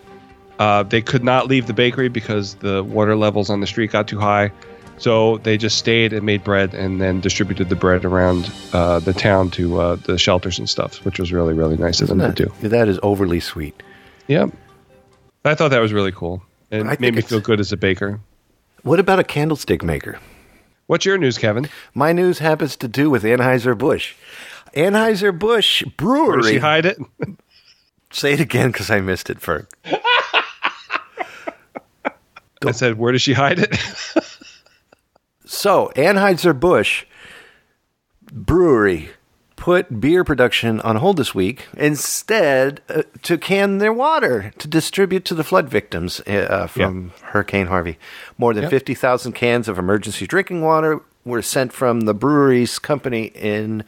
Uh, they could not leave the bakery because the water levels on the street got too high. So they just stayed and made bread and then distributed the bread around uh, the town to uh, the shelters and stuff, which was really, really nice of them
That-
to do.
that is overly sweet.
Yeah. I thought that was really cool. And it
I think
made me
it's-
feel good as a baker.
What about a candlestick maker?
What's your news, Kevin?
My news happens to do with Anheuser-Busch. Anheuser-Busch
Or did
Brewery.
she hide it?
Say it again because I missed it, Ferg.
I said, where does she hide it?
So, Anheuser-Busch Brewery put beer production on hold this week instead uh, to can their water to distribute to the flood victims uh, uh, from Hurricane Harvey. More than 50,000 cans of emergency drinking water were sent from the brewery's company in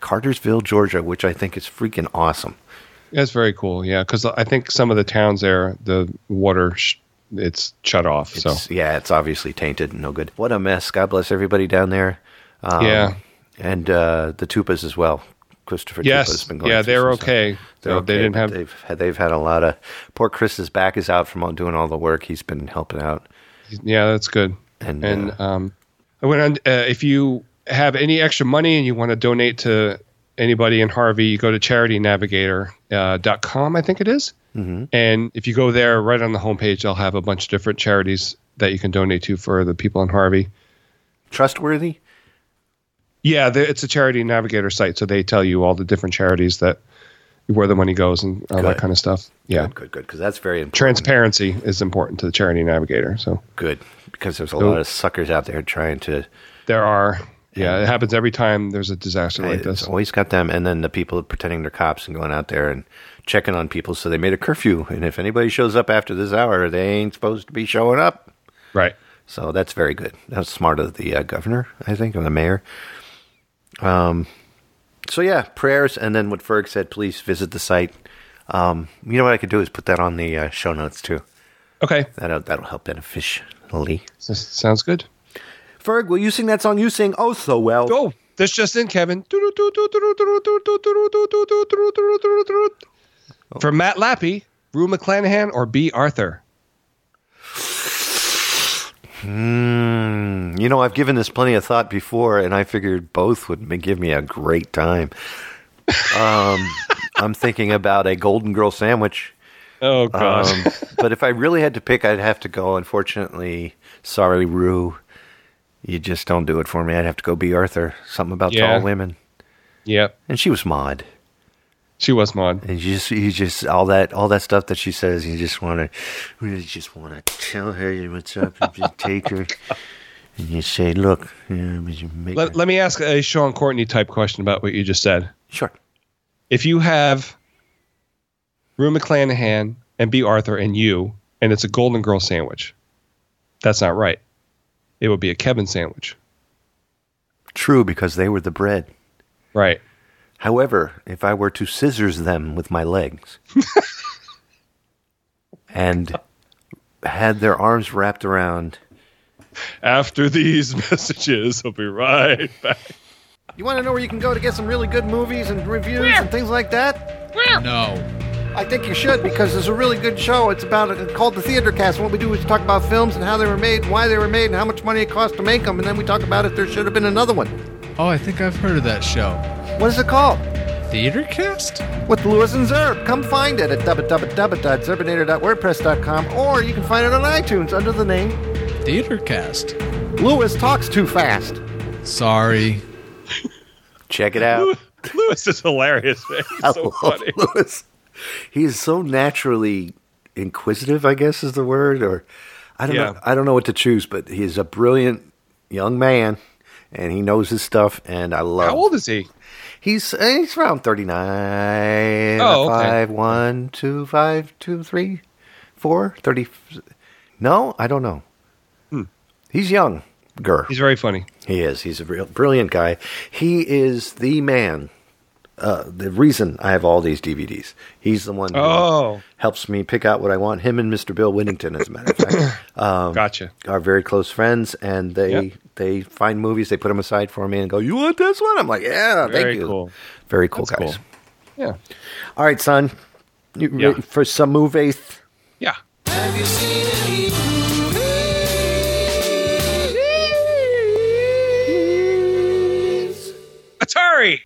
Cartersville, Georgia, which I think is freaking awesome.
<laughs> That's very cool. Yeah. Because I think some of the towns there, the water, sh- it's shut off. so,
It's- yeah, it's obviously tainted, and no good. What a mess! God bless everybody down there. Um,
yeah.
and uh, the Tupas as well. Christopher
Yes.
Tupa's been going.
Yeah,
through
they're
some stuff.
okay.
They're
They-
okay.
they didn't
but
have-
They've had, they've had a lot of. Poor Chris's back is out from all doing all the work. He's been helping out.
Yeah, that's good.
And,
And,
uh,
um, I went on. Uh, if you have any extra money and you want to donate to anybody in Harvey, you go to charitynavigator.com, I think it is.
Mm-hmm.
And if you go there, right on the homepage, they'll have a bunch of different charities that you can donate to for the people in Harvey.
Trustworthy.
Yeah, the, it's a charity navigator site, so they tell you all the different charities that where the money goes and all
Good.
that kind of stuff. Yeah.
Good, good, good. Because that's very important.
Transparency is important to the charity navigator. So
Good. Because there's a lot of suckers out there trying to.
there are, yeah, it happens every time there's a disaster like
it's
this.
always got them, and then the people pretending they're cops and going out there and checking on people. So they made a curfew, and if anybody shows up after this hour, they ain't supposed to be showing up.
Right.
So that's very good. That's smart of the uh, governor, I think, or the mayor. Um, So yeah, prayers, and then what Ferg said. Please visit the site. Um, you know what I could do is put that on the uh, show notes too.
Okay,
That that'll help beneficially.
so, sounds good.
Ferg, will you sing that song you sing oh so well?
Oh, this just in, Kevin. From Matt Lappy, Rue McClanahan, or B. Arthur.
You know, I've given this plenty of thought before, and I figured both would ma- give me a great time. Um, I'm thinking about a Golden Girl sandwich.
Oh God. <laughs>
Um, but if I really had to pick, I'd have to go. Unfortunately, sorry, Rue, you just don't do it for me. I'd have to go be Arthur. Something about
Yeah.
tall women,
yeah,
and she was Maud.
she was Maud.
And you just, you just all that, all that stuff that she says. You just want to, you just want to tell her what's up, and just take her, and you say, "Look, yeah, you make
Let, let me ask a Sean Courtney type question about what you just said.
sure."
If you have Rue McClanahan and B. Arthur and you, and it's a Golden Girl sandwich, that's not right. It would be a Kevin sandwich.
True, because they were the bread.
Right.
However, if I were to scissors them with my <laughs> legs and had their arms wrapped around.
After these <laughs> messages, I'll be right
<laughs>
back.
You want to know where you can go to get some really good movies and reviews and things like that?
No.
I think you should because there's a really good show. It's about it's called the Theater Cast. What we do is talk about films and how they were made, why they were made, and how much money it cost to make them, and then we talk about if there should have been another one.
Oh, I think I've heard of that show.
What is it called?
Theater cast?
with Lewis and Zerb. Come find it at www.zerbinator.wordpress.com or you can find it on iTunes under the name
Theater cast.
Lewis Talks Too Fast.
Sorry.
Check it out.
Lewis is hilarious, man.
I
He's so
love
funny.
Lewis. He is so naturally inquisitive, I guess is the word, or I don't
Yeah.
know I don't know what to choose, but he is a brilliant young man and he knows his stuff and I love
How old is he?
He's eh, he's around thirty nine.
Oh, okay.
Five, one, two, five, two, three, four, 30 No, I don't know. He's young, girl.
Hmm. He's very funny.
He is. He's a real brilliant guy. He is the man. Uh, the reason I have all these DVDs. He's the one who
Oh.
helps me pick out what I want. Him and Mr. Bill Whittington, as a matter of
<coughs>
fact,
gotcha.
are very close friends, and they
Yeah.
they find movies, they put them aside for me, and go, "You want this one?" I'm like, "Yeah,
Very
thank you."
cool.
Very cool
That's
guys.
cool. Yeah.
All right, son. You
Yeah.
ready for some movies?
Yeah. Atari.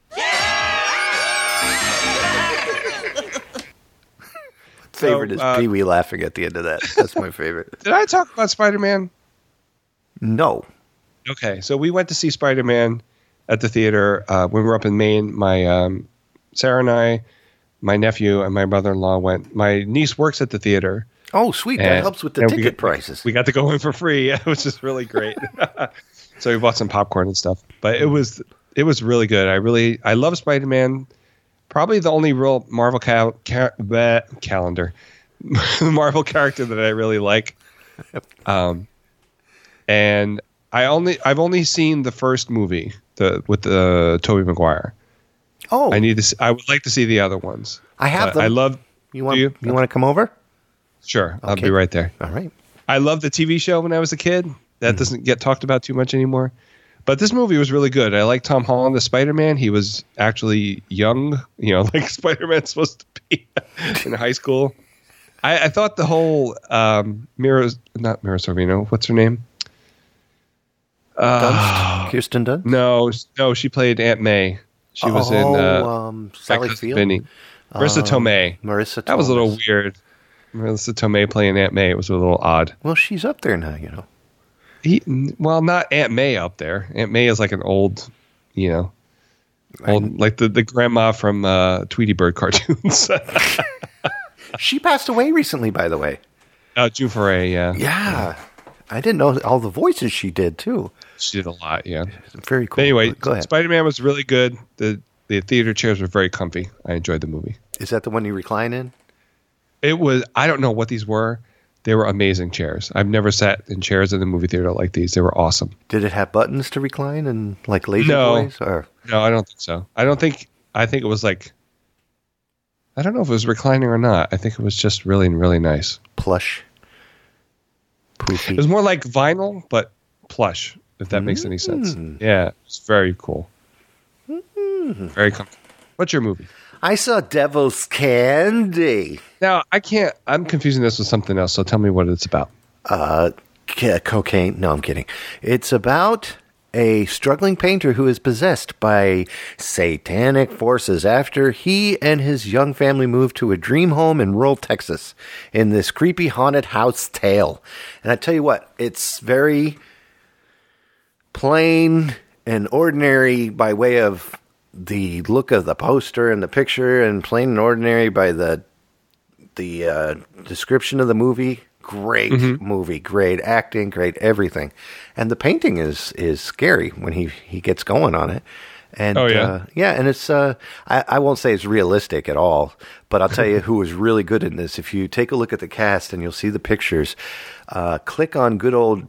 Favorite is
uh,
Pee Wee laughing at the end of that. That's my favorite.
Did I talk about Spider Man?
No.
Okay, so we went to see Spider Man at the theater uh, when we were up in Maine. My um, Sarah and I, my nephew, and my brother in law went. My niece works at the theater.
Oh, sweet. That
and-
helps with the
and we
ticket
got-
prices.
We got to go in for free, <laughs> yeah, which is really great. <laughs> so we bought some popcorn and stuff, but it was it was really good. I really I love Spider Man. Probably the only real Marvel cal- ca- bleh, calendar, <laughs> Marvel character that I really like. Um, and I only I've only seen the first movie the with the Toby Maguire.
oh,
I need to. See, I would like to see the other ones.
I have
But
them.
I love.
you want
do
you,
you?
want to come over?
Sure, I'll
Okay.
be right there.
All right.
I loved the TV show when I was a kid. That doesn't get talked about too much anymore. But this movie was really good. I like Tom Holland as Spider Man. He was actually young, you know, <laughs> like Spider Man's supposed to be <laughs> in high school. I, I thought the whole um, Mira, not Mira Sorvino, what's her name? <sighs>
Dunst? Kirsten Dunst.
No, s- no, she played Aunt May. She was in uh,
Oh, um, Sally
Breakfast with
Field. Uh,
Minnie. Marissa Tomei.
Marissa.
That was a little
Tomei.
weird. Marissa Tomei playing Aunt May. It was a little odd.
Well, she's up there now, you
<laughs>
know.
He, well, not Aunt May up there. Aunt May is like an old, you know, old, like the, the grandma from uh, Tweety Bird <laughs> cartoons.
She passed away recently, by the way.
uh, June Foray, yeah.
Yeah. I didn't know all the voices she did too.
She did a lot, yeah.
Very cool.
Anyway,
go ahead.
Spider Man was really good. The the theater chairs were very comfy. I enjoyed the movie.
Is that the one you recline in?
It was, I don't know what these were. They were amazing chairs. I've never sat in chairs in the movie theater like these. They were awesome.
Did it have buttons to recline and like lazy
No.
boys or
No, I don't think so. I don't think. I think it was like. I don't know if it was reclining or not. I think it was just really, really nice.
Plush.
It was
Poofy.
more like vinyl, but plush, if that makes any sense.
Mm.
Yeah, it's very cool.
Mm-hmm.
Very comfortable. What's your movie?
I saw Devil's Candy.
Now, I can't, I'm confusing this with something else, so tell me what it's about.
uh, c- cocaine. No, I'm kidding. It's about a struggling painter who is possessed by satanic forces after he and his young family move to a dream home in rural Texas in this creepy haunted house tale. And I tell you what, it's very plain and ordinary by way of the look of the poster and the picture, and plain and ordinary by the the uh, description of the movie. Great
Mm-hmm.
movie, great acting, great everything, and the painting is is scary when he he gets going on it. And
Oh, yeah.
uh, yeah, and it's uh, I, I won't say it's realistic at all, but I'll
<laughs>
tell you who was really good in this. If you take a look at the cast and you'll see the pictures, uh, click on good old.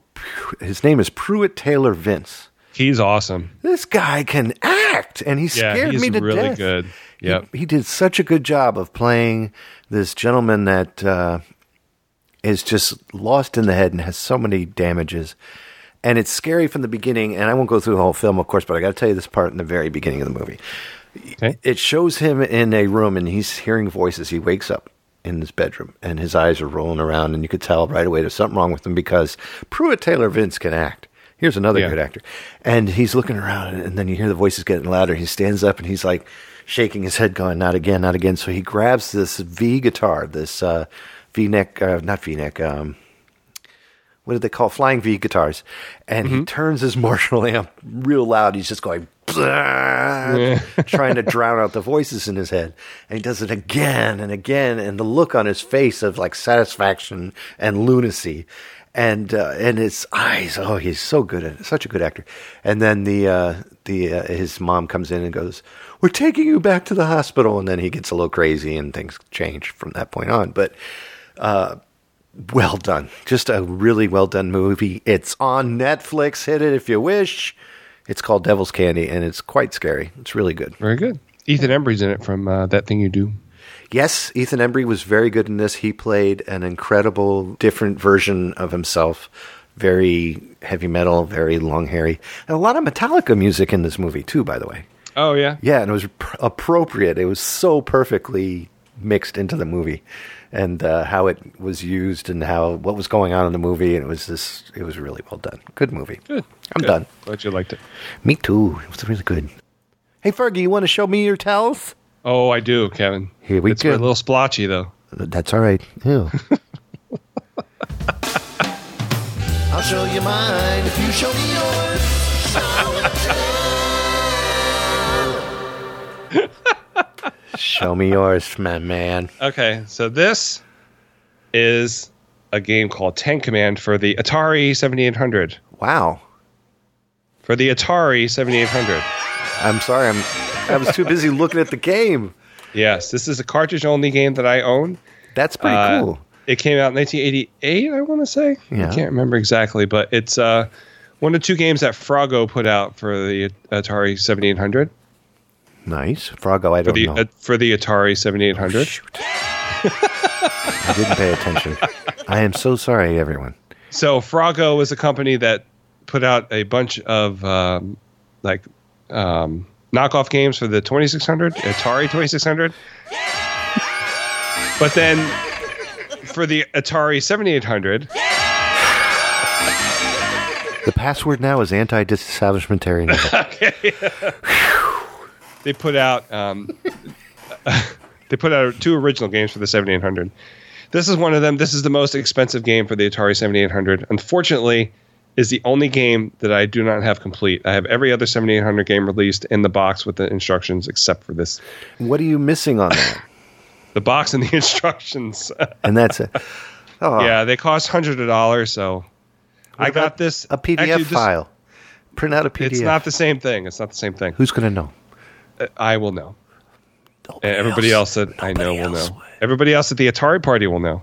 His name is Pruitt Taylor Vince
He's awesome.
this guy can act and he
Yeah,
scared
he's
me to
really
death.
good. Yep.
He, he did such a good job of playing this gentleman that uh, is just lost in the head and has so many damages. And it's scary from the beginning. And I won't go through the whole film, of course, but I got to tell you this part in the very beginning of the movie.
Okay.
It shows him in a room and he's hearing voices. He wakes up in his bedroom and his eyes are rolling around. And you could tell right away there's something wrong with him because Pruitt Taylor Vince can act. Here's another
Yeah.
good actor. And he's looking around and then you hear the voices getting louder. He stands up and he's like shaking his head, going, Not again, not again. So he grabs this V guitar, this uh, V neck, uh, not V neck, um, what did they call flying V guitars? And he turns his <laughs> Marshall amp real loud. He's just going "Blah," <laughs> trying to drown out the voices in his head. And he does it again and again. And the look on his face of like satisfaction and lunacy, and uh, and his eyes. Oh, he's so good at it. Such a good actor. And then the uh, the uh, his mom comes in and goes, "We're taking you back to the hospital." And then he gets a little crazy, and things change from that point on. But well done. Just a really well done movie. It's on Netflix. Hit it if you wish. It's called Devil's Candy and it's quite scary. It's really good.
Very good. Ethan Embry's in it from uh, That Thing You Do.
Yes, Ethan Embry was very good in this. He played an incredible different version of himself. Very heavy metal, very long hairy. And a lot of Metallica music in this movie too, by the way.
Oh, yeah.
Yeah, and it was pr- appropriate. It was so perfectly mixed into the movie, and uh, how it was used, and how what was going on in the movie, and it was this. It was really well done. Good movie.
Good.
I'm
Good.
done.
Glad you liked it.
Me too. It was really good. Hey Fergie, you want to show me your towels?
Oh, I do, Kevin.
Here we
it's a
go.
little splotchy, though.
That's all right. Ew.
<laughs> I'll show you mine if you show me yours.
show me yours, my man.
Okay, so this is a game called Tank Command for the Atari 7800.
Wow.
For the Atari 7800.
I'm sorry. I'm. I was too busy looking at the game.
Yes, this is a cartridge only game that I own.
That's pretty
Uh,
cool.
It came out in 1988, I want to say.
Yeah.
I can't remember exactly, but it's uh, one of two games that Froggo put out for the Atari 7800.
Nice, Froggo. I
For
don't
the
know.
uh, for the Atari 7800.
Shoot. I didn't pay
<laughs>
attention. I am so sorry, everyone.
so Froggo was a company that put out a bunch of um, like um, knockoff games for the 2600, Atari 2600. but then for the Atari 7800,
The password now is anti disestablishmentarianism.
they put out um, <laughs> they put out two original games for the 7800. This is one of them. This is the most expensive game for the Atari 7800. Unfortunately, is the only game that I do not have complete. I have every other 7800 game released in the box with the instructions, except for this.
what are you missing on that?
The box and the <laughs> instructions.
And that's it. Oh,
yeah, they cost hundreds of dollars. So I got
about
this
a PDF
actually, this-
file. Print out a PDF.
It's not the same thing. It's not the same thing.
Who's going to know?
I will know.
Nobody
And everybody else, that I know
nobody
will
else
know.
would.
Everybody else at the Atari party will know.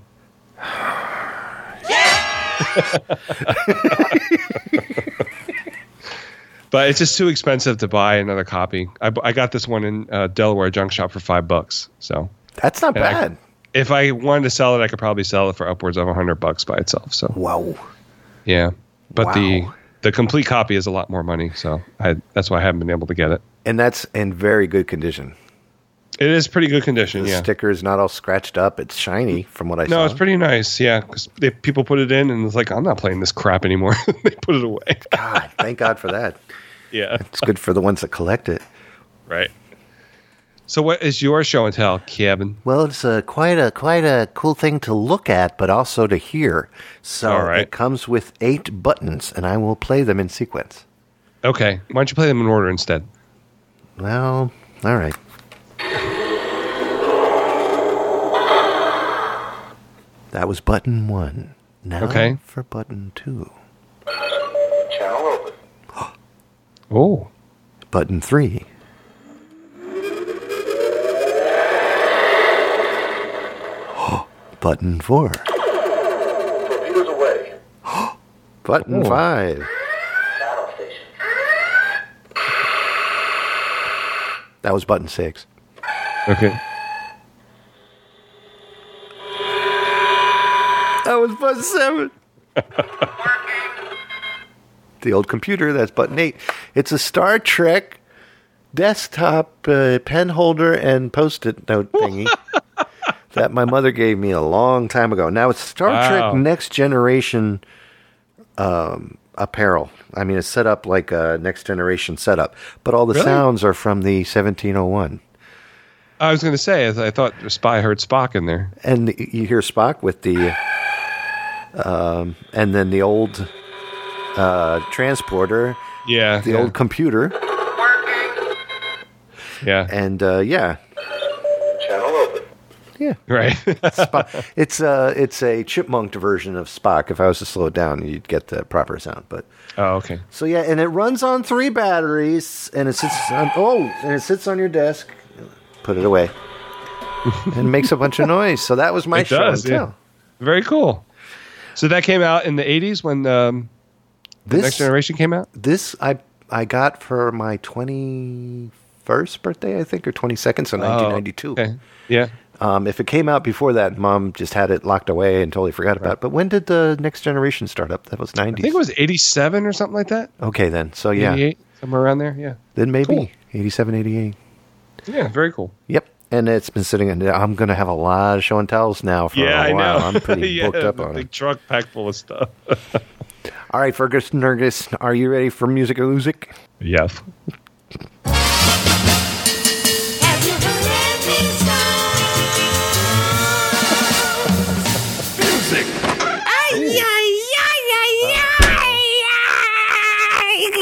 But it's just too expensive to buy another copy. I, bu- I got this one in uh, Delaware junk shop for five bucks. So
That's not
And I-
bad.
if I wanted to sell it, I could probably sell it for upwards of a hundred bucks by itself. So
Wow.
yeah, but the
Wow.
the complete copy is a lot more money. So I, that's why I haven't been able to get it.
And that's in very good condition.
It is pretty good condition.
The
yeah.
sticker is not all scratched up. It's shiny from what I saw.
No, it's pretty nice. Yeah, because people put it in, and it's like I'm not playing this crap anymore. <laughs> they put it away.
God, Ah, thank God for that.
yeah,
It's good for the ones that collect it.
right. So, what is your show and tell, Kevin?
Well, it's a, quite a quite a cool thing to look at, but also to hear. So
All right.
it comes with eight buttons, and I will play them in sequence.
Okay, why don't you play them in order instead?
Well, all right. That was button one. Now
Okay.
for button two.
Oh,
Button three. <gasps> Button four. <gasps> Button five. That was button six.
okay.
That was button seven. <laughs> the old computer, that's button eight. It's a Star Trek desktop uh, pen holder and post it note <laughs> thingy that my mother gave me a long time ago. Now it's Star
Wow.
Trek Next Generation um, apparel. I mean, it's set up like a Next Generation setup, but all the
Really?
sounds are from the 1701.
I was going to say, I I thought Spy heard Spock in there.
and you hear Spock with the, um, and then the old uh, transporter,
Yeah,
the
yeah,
old computer,
yeah,
and uh, yeah,
<laughs> right. <laughs>
Spock. it's uh, it's a chipmunked version of Spock. If I was to slow it down, you'd get the proper sound. But
oh, okay.
so yeah, and it runs on three batteries, and it sits on oh, and it sits on your desk. Put it away. and makes a bunch of noise. So that was my
It
show
does,
and
yeah.
tell.
Very cool. So that came out in the '80s when um,
This
Next Generation came out.
this I I got for my twenty first birthday, I think, or twenty second, so nineteen ninety two.
Oh, Okay. Yeah.
Um, if it came out before that, mom just had it locked away and totally forgot about it. But when did the next generation start up? That was
I
nineties.
think it was '87 or something like that.
okay then. So yeah,
88, somewhere around there. Yeah.
then maybe
Cool.
87, 88.
Yeah. Very cool.
Yep. And it's been sitting in there. I'm going to have a lot of show and tells now
Oh,
for a while. I'm
<laughs>
pretty
Yeah,
booked up
the
on
big
it.
truck packed full of stuff.
All right, Fergus Nergus, are you ready for music or music?
yeah.
Have you heard these songs? Ay, ay, ay, ay, ay.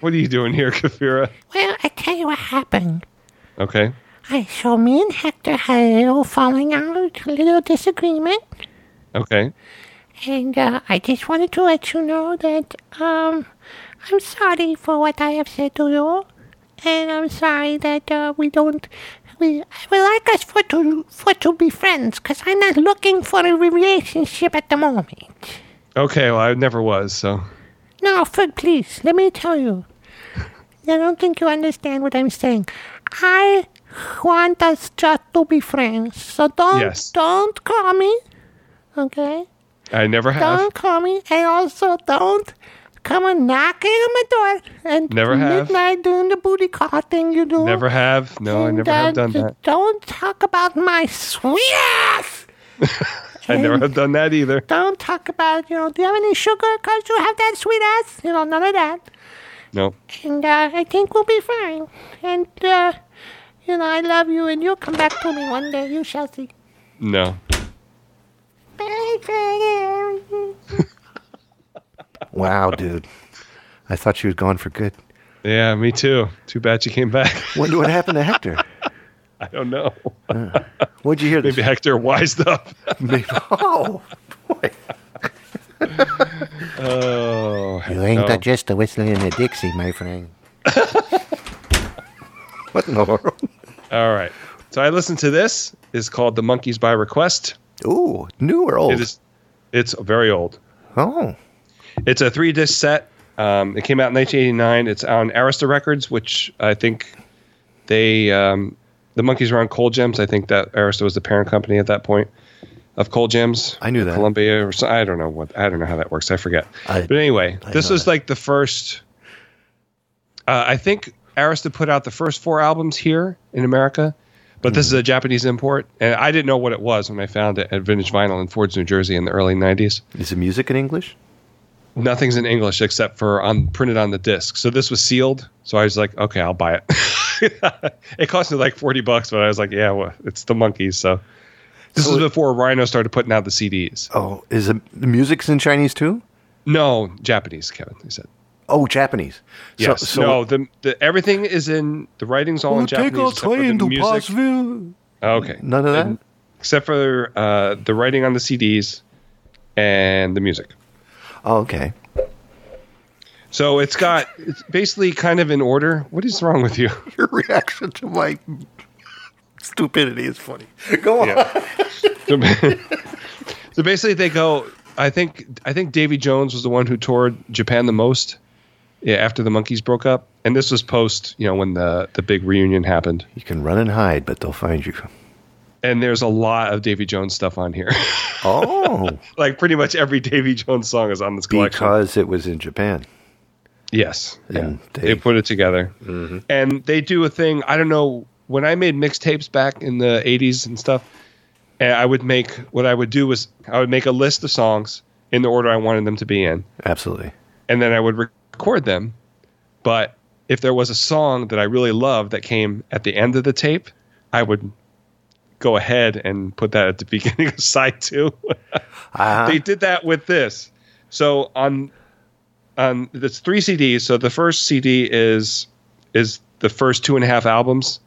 What are you doing here, Kafira?
Well, I tell you what happened.
Okay.
I so me and Hector had a little falling out, a little disagreement,
Okay.
and uh, I just wanted to let you know that um, I'm sorry for what I have said to you, and I'm sorry that uh, we don't. We I would like us for to for to be friends, cause I'm not looking for a relationship at the moment.
Okay. Well, I never was. So.
No, Fred, please, let me tell you. I don't think you understand what I'm saying. I want us just to be friends. So don't
Yes.
don't call me. Okay?
I never have.
Don't call me. And also don't come and knocking on my door and
Never have.
midnight doing the booty call thing you do.
Never have. No, I
And,
never have
uh,
done
just
that.
Don't talk about my sweet ass.
I never have done that either.
Don't talk about, you know, do you have any sugar? Because you have that sweet ass. You know, none of that.
No.
and uh, I think we'll be fine. And uh, you know, I love you, and you'll come back to me one day. You shall see.
No.
Wow, dude. I thought she was gone for good.
Yeah, me too. Too bad you came back. <laughs>
What, what happened to Hector?
I don't know.
What'd you hear this?
Maybe Hector wised up. <laughs>
<laughs>
Maybe- Oh, boy.
Oh.
You ain't
no.
just a whistle in a Dixie, my friend. what in the world?
All right. So I listened to this. It's called The Monkeys by Request.
Ooh, new or old?
It is. It's very old.
oh,
It's a three disc set. Um, it came out in 1989. It's on Arista Records, which I think they um, the monkeys were on Cold Gems. I think that Arista was the parent company at that point of Cold Gems.
I knew that.
Columbia or so, I don't know what I don't know how that works. I forget.
I-
but anyway,
I
this
know
was
that.
like the first. Uh, I think Arista put out the first four albums here in America, but
Hmm.
this is a Japanese import, and I didn't know what it was when I found it at Vintage Vinyl in Ford's, New Jersey, in the early '90s
Is the music in English?
nothing's in English except for on printed on the disc. So this was sealed. So I was like, okay, I'll buy it. <laughs> it cost me like forty bucks, but I was like, yeah, well, it's the monkeys. So this was before Rhino started putting out the CDs.
Oh, is the, the music's in Chinese too?
No, Japanese, Kevin. They said
Oh, Japanese. So-
yes.
So,
no, the, the everything is in the writing's all in Japanese. except for the music.
Pottsville.
Okay,
None of that.
except for uh, the writing on the CDs and the music.
Oh, okay.
So it's got it's basically kind of in order. What is wrong with you?
<laughs> Your reaction to my stupidity is funny. Go on.
so <laughs> so basically they go i think i think davy jones was the one who toured japan the most yeah, after the monkeys broke up and this was post you know when the the big reunion happened
You can run and hide, but they'll find you.
and there's a lot of davy jones stuff on here <laughs>
<laughs> Oh,
like pretty much every davy jones song is on this collection
because it was in Japan.
yes yeah.
And
they,
they-
put it together and they do a thing i don't know when i made mixtapes back in the 80s and stuff and i would make what i would do was i would make a list of songs in the order i wanted them to be in
Absolutely.
and then I would record them. But if there was a song that I really loved that came at the end of the tape, I would go ahead and put that at the <laughs> beginning of side two. <laughs>
Ah,
they did that with this. So on on it's three CDs. So the first CD is is the first two and a half albums,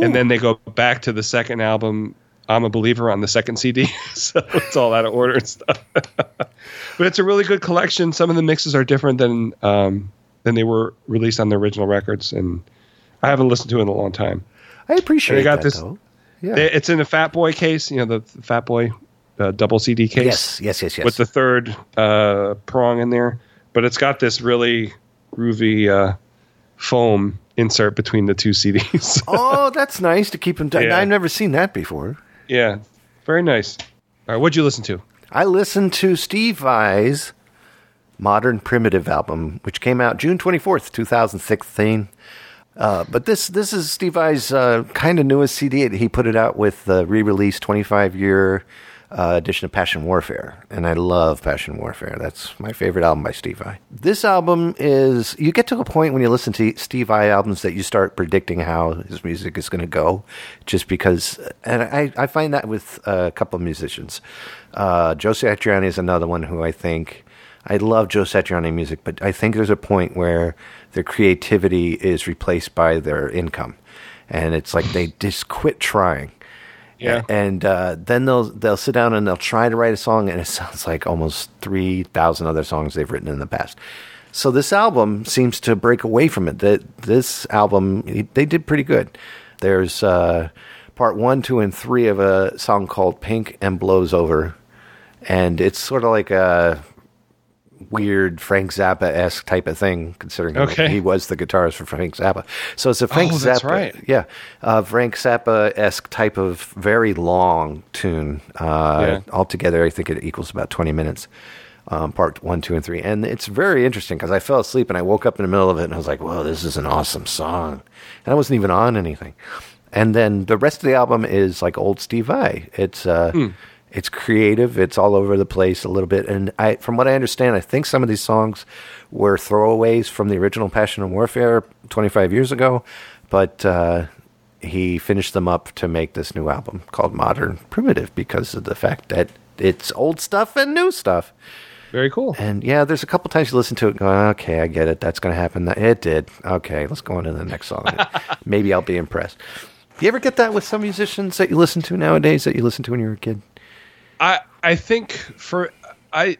and then they go back to the second album. I'm a believer on the second CD, <laughs> so it's all out of order and stuff. but it's a really good collection. Some of the mixes are different than um, than they were released on the original records, and I haven't listened to it in a long time.
I appreciate
they got
that,
this-
though. Yeah.
They- It's in a Fat Boy case, you know, the, the Fat Boy uh, double CD case
yes, yes, yes, yes.
with the third uh, prong in there, but it's got this really groovy uh, foam insert between the two CDs. <laughs>
oh, that's nice to keep them. down.
Yeah.
I've never seen that before.
yeah, very nice. All right, what'd you listen to?
I listened to Steve Vai's Modern Primitive album, which came out June 24th, 2016. Uh, but this this is Steve Vai's uh, kind of newest CD. He put it out with the re release 25 year uh, edition of Passion Warfare. And I love Passion Warfare. That's my favorite album by Steve Vai. This album is, you get to a point when you listen to Steve Vai albums that you start predicting how his music is going to go, just because, and I, I find that with uh, a couple of musicians. Uh, Joe Satriani is another one who I think. I love Joe Satriani music, but I think there's a point where their creativity is replaced by their income, and it's like they just quit trying.
Yeah.
And uh, then they'll they'll sit down and they'll try to write a song, and it <laughs> sounds like almost three thousand other songs they've written in the past. So this album seems to break away from it. That this album they did pretty good. There's uh, part one, two, and three of a song called "Pink and Blows Over," and it's sort of like a weird Frank Zappa esque type of thing, considering
Okay.
he was the guitarist for Frank Zappa. So it's a Frank
Oh,
Zappa,
that's right.
yeah, uh, Frank Zappa esque type of very long tune. Uh,
Yeah.
Altogether, I think it equals about twenty minutes. Um, part one, two, and three, and it's very interesting because I fell asleep and I woke up in the middle of it and I was like, "Whoa, this is an awesome song," and I wasn't even on anything. And then the rest of the album is like old Steve Vai. It's uh, it's creative. It's all over the place a little bit. And I, from what I understand, I think some of these songs were throwaways from the original Passion and Warfare 25 years ago, but uh, he finished them up to make this new album called Modern Primitive because of the fact that it's old stuff and new stuff.
Very cool.
And yeah, there's a couple times you listen to it going, okay, I get it. That's going to happen. It did. Okay, let's go on to the next song. Maybe I'll be impressed. You ever get that with some musicians that you listen to nowadays that you listen to when you were a kid?
I I think for I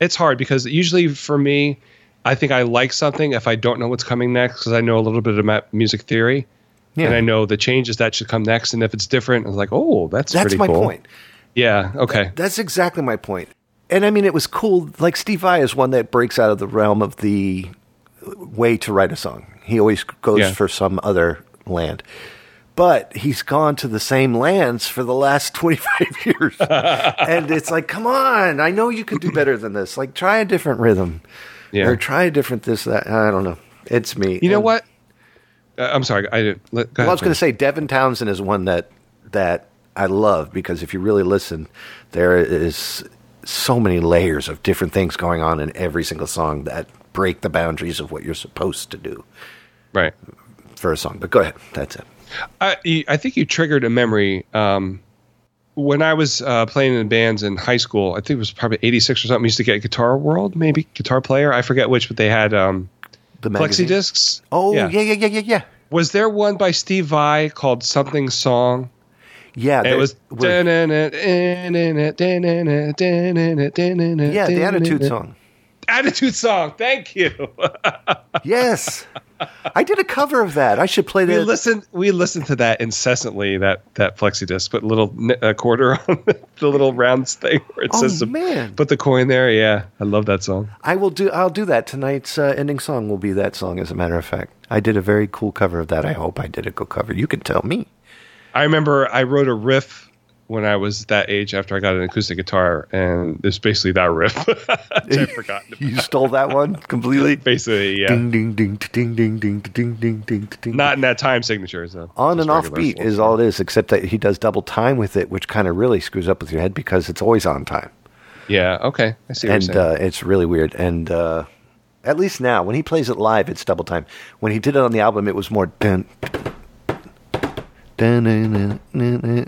it's hard because usually for me I think I like something if I don't know what's coming next because I know a little bit about music theory and I know the changes that should come next and if it's different it's like oh that's
That's
pretty
my
cool.
point.
yeah okay
That's exactly my point. and I mean, it was cool. Like Steve Vai is one that breaks out of the realm of the way to write a song. He always goes
Yeah.
for some other land, but he's gone to the same lands for the last <laughs> twenty five years, <laughs> and it's like, come on! I know you can do better than this. Like, try a different rhythm,
Yeah.
or try a different this that. I don't know. It's me.
You know
And-
what? Uh, I'm sorry. I didn't. Let, go
well, I was
ahead,
going to say Devin Townsend is one that that I love because if you really listen, there is so many layers of different things going on in every single song that break the boundaries of what you're supposed to do
Right.
for a song. But go ahead, that's it.
I, you- I think you triggered a memory. Um, when I was uh, playing in bands in high school, I think it was probably '86 or something. We used to get Guitar World, maybe Guitar Player. I forget which, but they had um,
The
plexi
magazine.
discs.
Oh yeah, yeah, yeah, yeah, yeah. Yeah,
Was there one by Steve Vai called Something Song?
yeah
And it
there-
was.
we're- yeah,
Yeah,
the attitude song.
Attitude song. Thank
<laughs>
you.
Yes, <laughs> I did a cover of that. I should play
We
that.
listened. We listened to that incessantly. That that flexi disc. Put little ni- a quarter <laughs> on the little round thing where it
Oh,
says to
man.
put the coin there. Yeah, I love that song.
I will do. I'll do that tonight's uh, ending song. Will be that song. As a matter of fact, I did a very cool cover of that. I hope I did a cool cover. You can tell me.
I remember I wrote a riff when I was that age after I got an acoustic guitar, and it's basically that riff. <laughs> Which I've forgotten.
You stole that one completely.
Basically, yeah.
Ding ding ding ding ding ding ding ding ding ding.
Not in that time signature. So
on and off
regular
beat
slow.
is all it is, except that he does double time with it, which kind of really screws up with your head because it's always on time,
Yeah. Okay. I see. What
and
you're saying.
uh, it's really weird. And uh, at least now, when he plays it live, it's double time. When he did it on the album, it was more dun.
oh,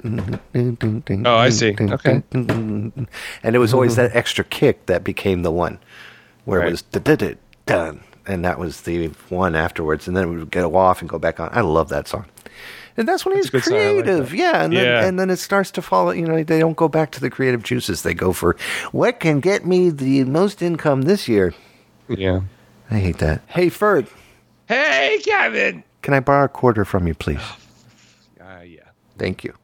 Oh,
I see. Okay.
and it was <laughs>
<laughs>
always that extra kick that became the one where
Right.
it was da-da-da, done and that was the one afterwards and then we would go off and go back on i love that song and that's when
a good
he's
song. I like
creative
that.
yeah and,
Yeah.
Then, and then it starts to follow you know they don't go back to the creative juices they go for what can get me the most income this year
Yeah.
i hate that hey ferd
Hey, Kevin.
can i borrow a quarter from you please
Uh, yeah.
thank you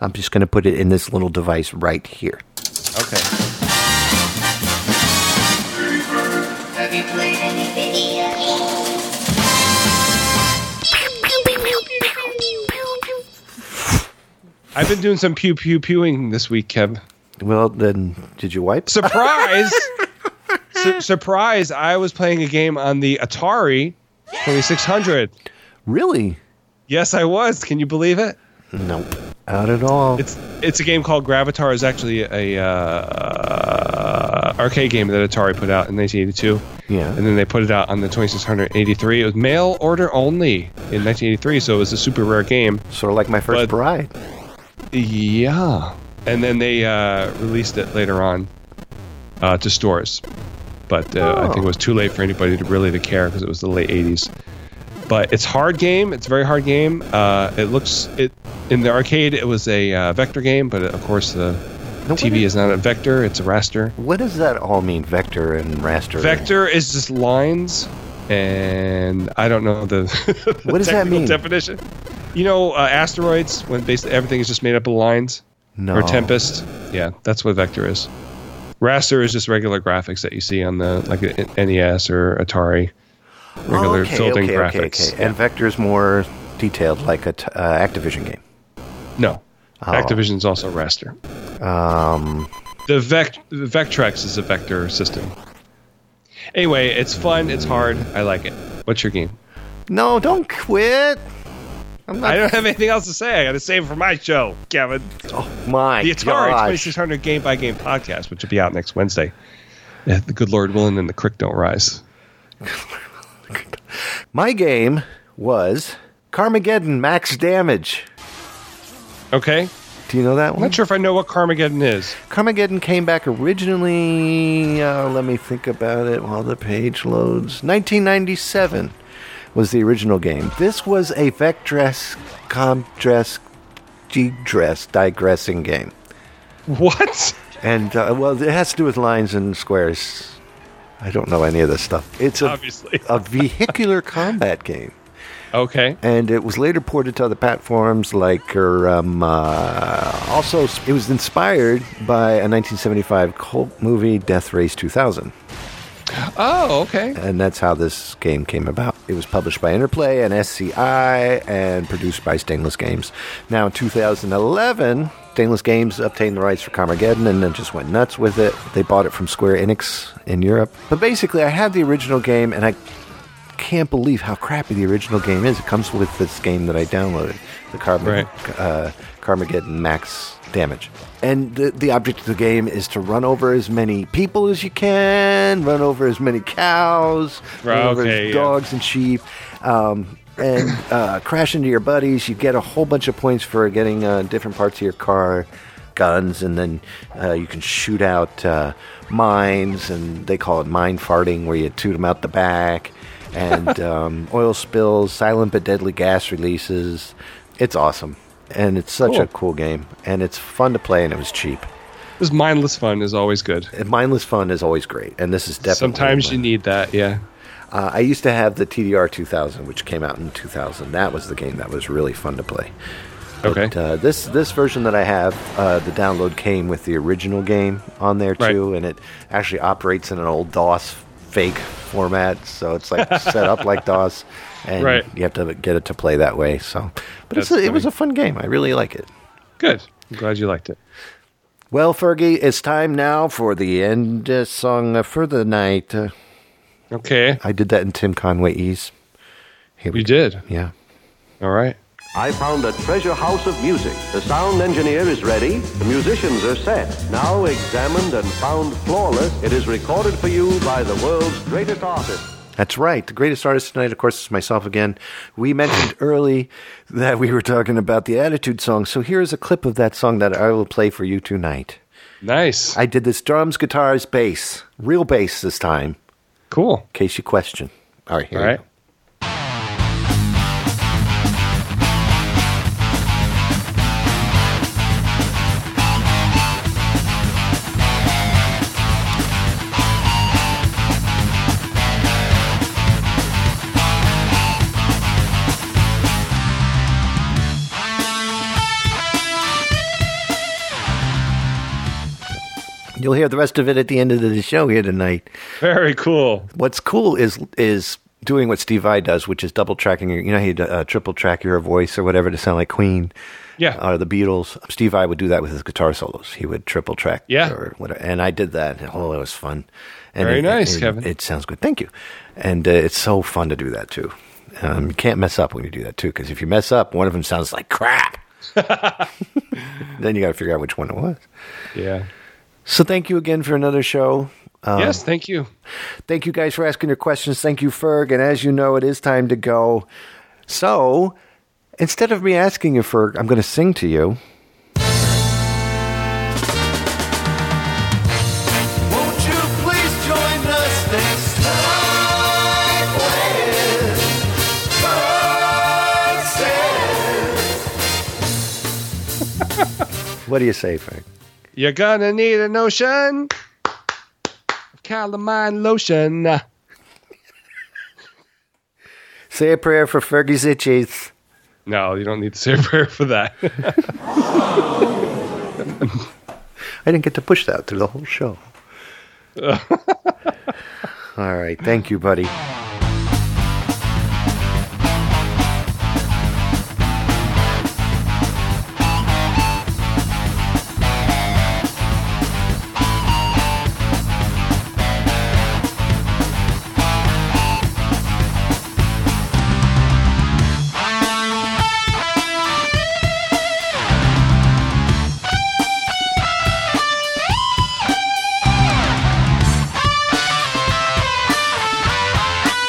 i'm just going to put it in this little device right here
Okay.
Have you played any video games?
I've been doing some pew pew pewing this week, Kev.
well then did you wipe <laughs>
Surprise! Su- surprise! I was playing a game on the Atari 2600.
really
Yes, I was. Can you believe it?
Nope. Not at all.
It's it's a game called Gravatar. It's actually a uh, arcade game that Atari put out in 1982,
yeah.
and then they put it out on the 2683. It was mail order only in 1983, so it was a super rare game.
sort of like my first
but-
bride.
Yeah. And then they uh, released it later on uh, to stores. But uh, I think it was too late for anybody to really to care because it was the late 80s. But it's hard game. It's a very hard game. Uh, it looks it in the arcade. It was a uh, vector game, but of course the
No,
TV is not a vector. It's a raster.
What does that all mean? Vector and raster.
Vector is just lines, and I don't know the, <laughs> the
What does that
technical
mean?
definition. You know, uh, asteroids when basically everything is just made up of lines.
No.
Or Tempest. Yeah, that's what Vector is. Raster is just regular graphics that you see on the like a- NES or Atari. Regular
Oh, okay,
building
okay, okay,
graphics.
okay. And Vector's more detailed, like a t- uh, Activision game.
No.
Oh.
Activision's also Raster. Um the Vect Vectrex is a vector system. Anyway, it's fun, it's hard, I like it. What's your game?
No, don't quit. I'm not.
I don't have anything else to say. I got to save it for my show, Kevin.
my
The Atari
gosh.
2600 Game by Game podcast, which will be out next Wednesday. Yeah, The good Lord willing and the crick don't rise.
My game was Carmageddon Max Damage.
Okay?
Do you know that one?
I'm not sure if I know what Carmageddon is. <laughs>
Carmageddon came back originally. Uh, let me think about it while the page loads. 1997 was the original game. This was a Vectress, Comdress, G-Dress digressing game.
What?
And, uh, well, it has to do with lines and squares.
Uh,
I don't know any of this stuff. It's a,
Obviously.
a vehicular combat game
Okay.
and it was later ported to other platforms like her. Um, uh, also, it was inspired by a 1975 cult movie, Death Race 2000,
Oh, okay.
and that's how this game came about. It was published by Interplay and SCI and produced by Stainless Games. Now, in 2011, Stainless Games obtained the rights for Carmageddon and then just went nuts with it. They bought it from Square Enix in Europe. But basically, I had the original game and I can't believe how crappy the original game is. It comes with this game that I downloaded, the Carm-
Right.
uh, Carmageddon Max Damage. And the, the object of the game is to run over as many people as you can, run over as many cows, run
Right,
over
okay,
as
yeah.
dogs and sheep, um, and uh, crash into your buddies. You get a whole bunch of points for getting uh, different parts of your car. Guns, and then uh, you can shoot out uh, mines, and they call it mine farting, where you toot them out the back
<laughs>
and um, oil spills, silent but deadly gas releases. It's awesome, and it's such a cool game, and it's fun to play, and it was cheap.
This mindless fun is always good.
And mindless fun is always great, and this is definitely.
Sometimes you
one.
need that. Yeah.
Uh, I used to have the TDR 2000, which came out in 2000. That was the game that was really fun to play.
Okay.
But, uh, this this version that I have, uh, the download came with the original game on there
Right.
too, and it actually operates in an old DOS fake format, so
<laughs>
it's like set up like DOS, and
Right.
you have to get it to play that way. So, but it's
That's
a, it was
funny.
a fun game. I really like it.
Good. I'm glad you liked it.
Well, Fergie, it's time now for the end uh, song for the night. Uh,
Okay.
I did that in Tim Conway E's. Here
You did.
Yeah.
All right.
I found a treasure house of music. The sound engineer is ready. The musicians are set. Now examined and found flawless, it is recorded for you by the world's greatest artist.
That's right. The greatest artist tonight, of course, is myself again. We mentioned early that we were talking about the Attitude song, so here's a clip of that song that I will play for you tonight.
Nice.
I did this drums, guitars, bass, real bass this time, in
cool.
case you question. All right, here.
All
we
right.
go. You'll hear the rest of it at the end of the show here tonight.
Very cool.
What's cool is is doing what Steve Vai does, which is double tracking your, you know, how you uh, triple track your voice or whatever to sound like Queen.
Yeah.
or the Beatles. Steve I would do that with his guitar solos. He would triple track.
Yeah.
Or whatever. And I did that. and, Oh, it was fun. And
Very
it-
nice,
it-
Kevin.
It sounds good. Thank you. And uh, it's so fun to do that too. Um, you can't mess up when you do that too, because if you mess up, one of them sounds
<laughs>
like crap. then you got to figure out which one it was.
yeah.
So thank you again for another show.
yes. Thank you.
Thank you guys for asking your questions. Thank you, Ferg. And as you know, it is time to go. So instead of me asking you, Ferg, I'm going to sing to you.
Won't you please join us next time when God says-
<laughs> What do you say, Ferg?
You're gonna need a notion. Calamine lotion.
Say a prayer for Fergie's itches.
No, you don't need to say a prayer <laughs> for that.
I didn't get to push that through the whole show. All right. Thank you, buddy.
Thank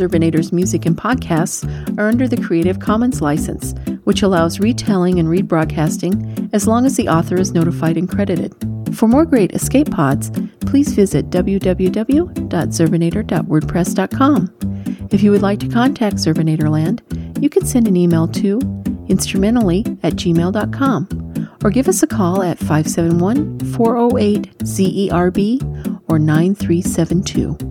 Urbanator's music and podcasts are under the Creative Commons license, which allows retelling and rebroadcasting as long as the author is notified and credited. For more great escape pods, please visit www.zerbinator.wordpress.com. If you would like to contact Zerbinator Land, you can send an email to instrumentally at gmail.com or give us a call oh E at 571 408 ZERB or 9372.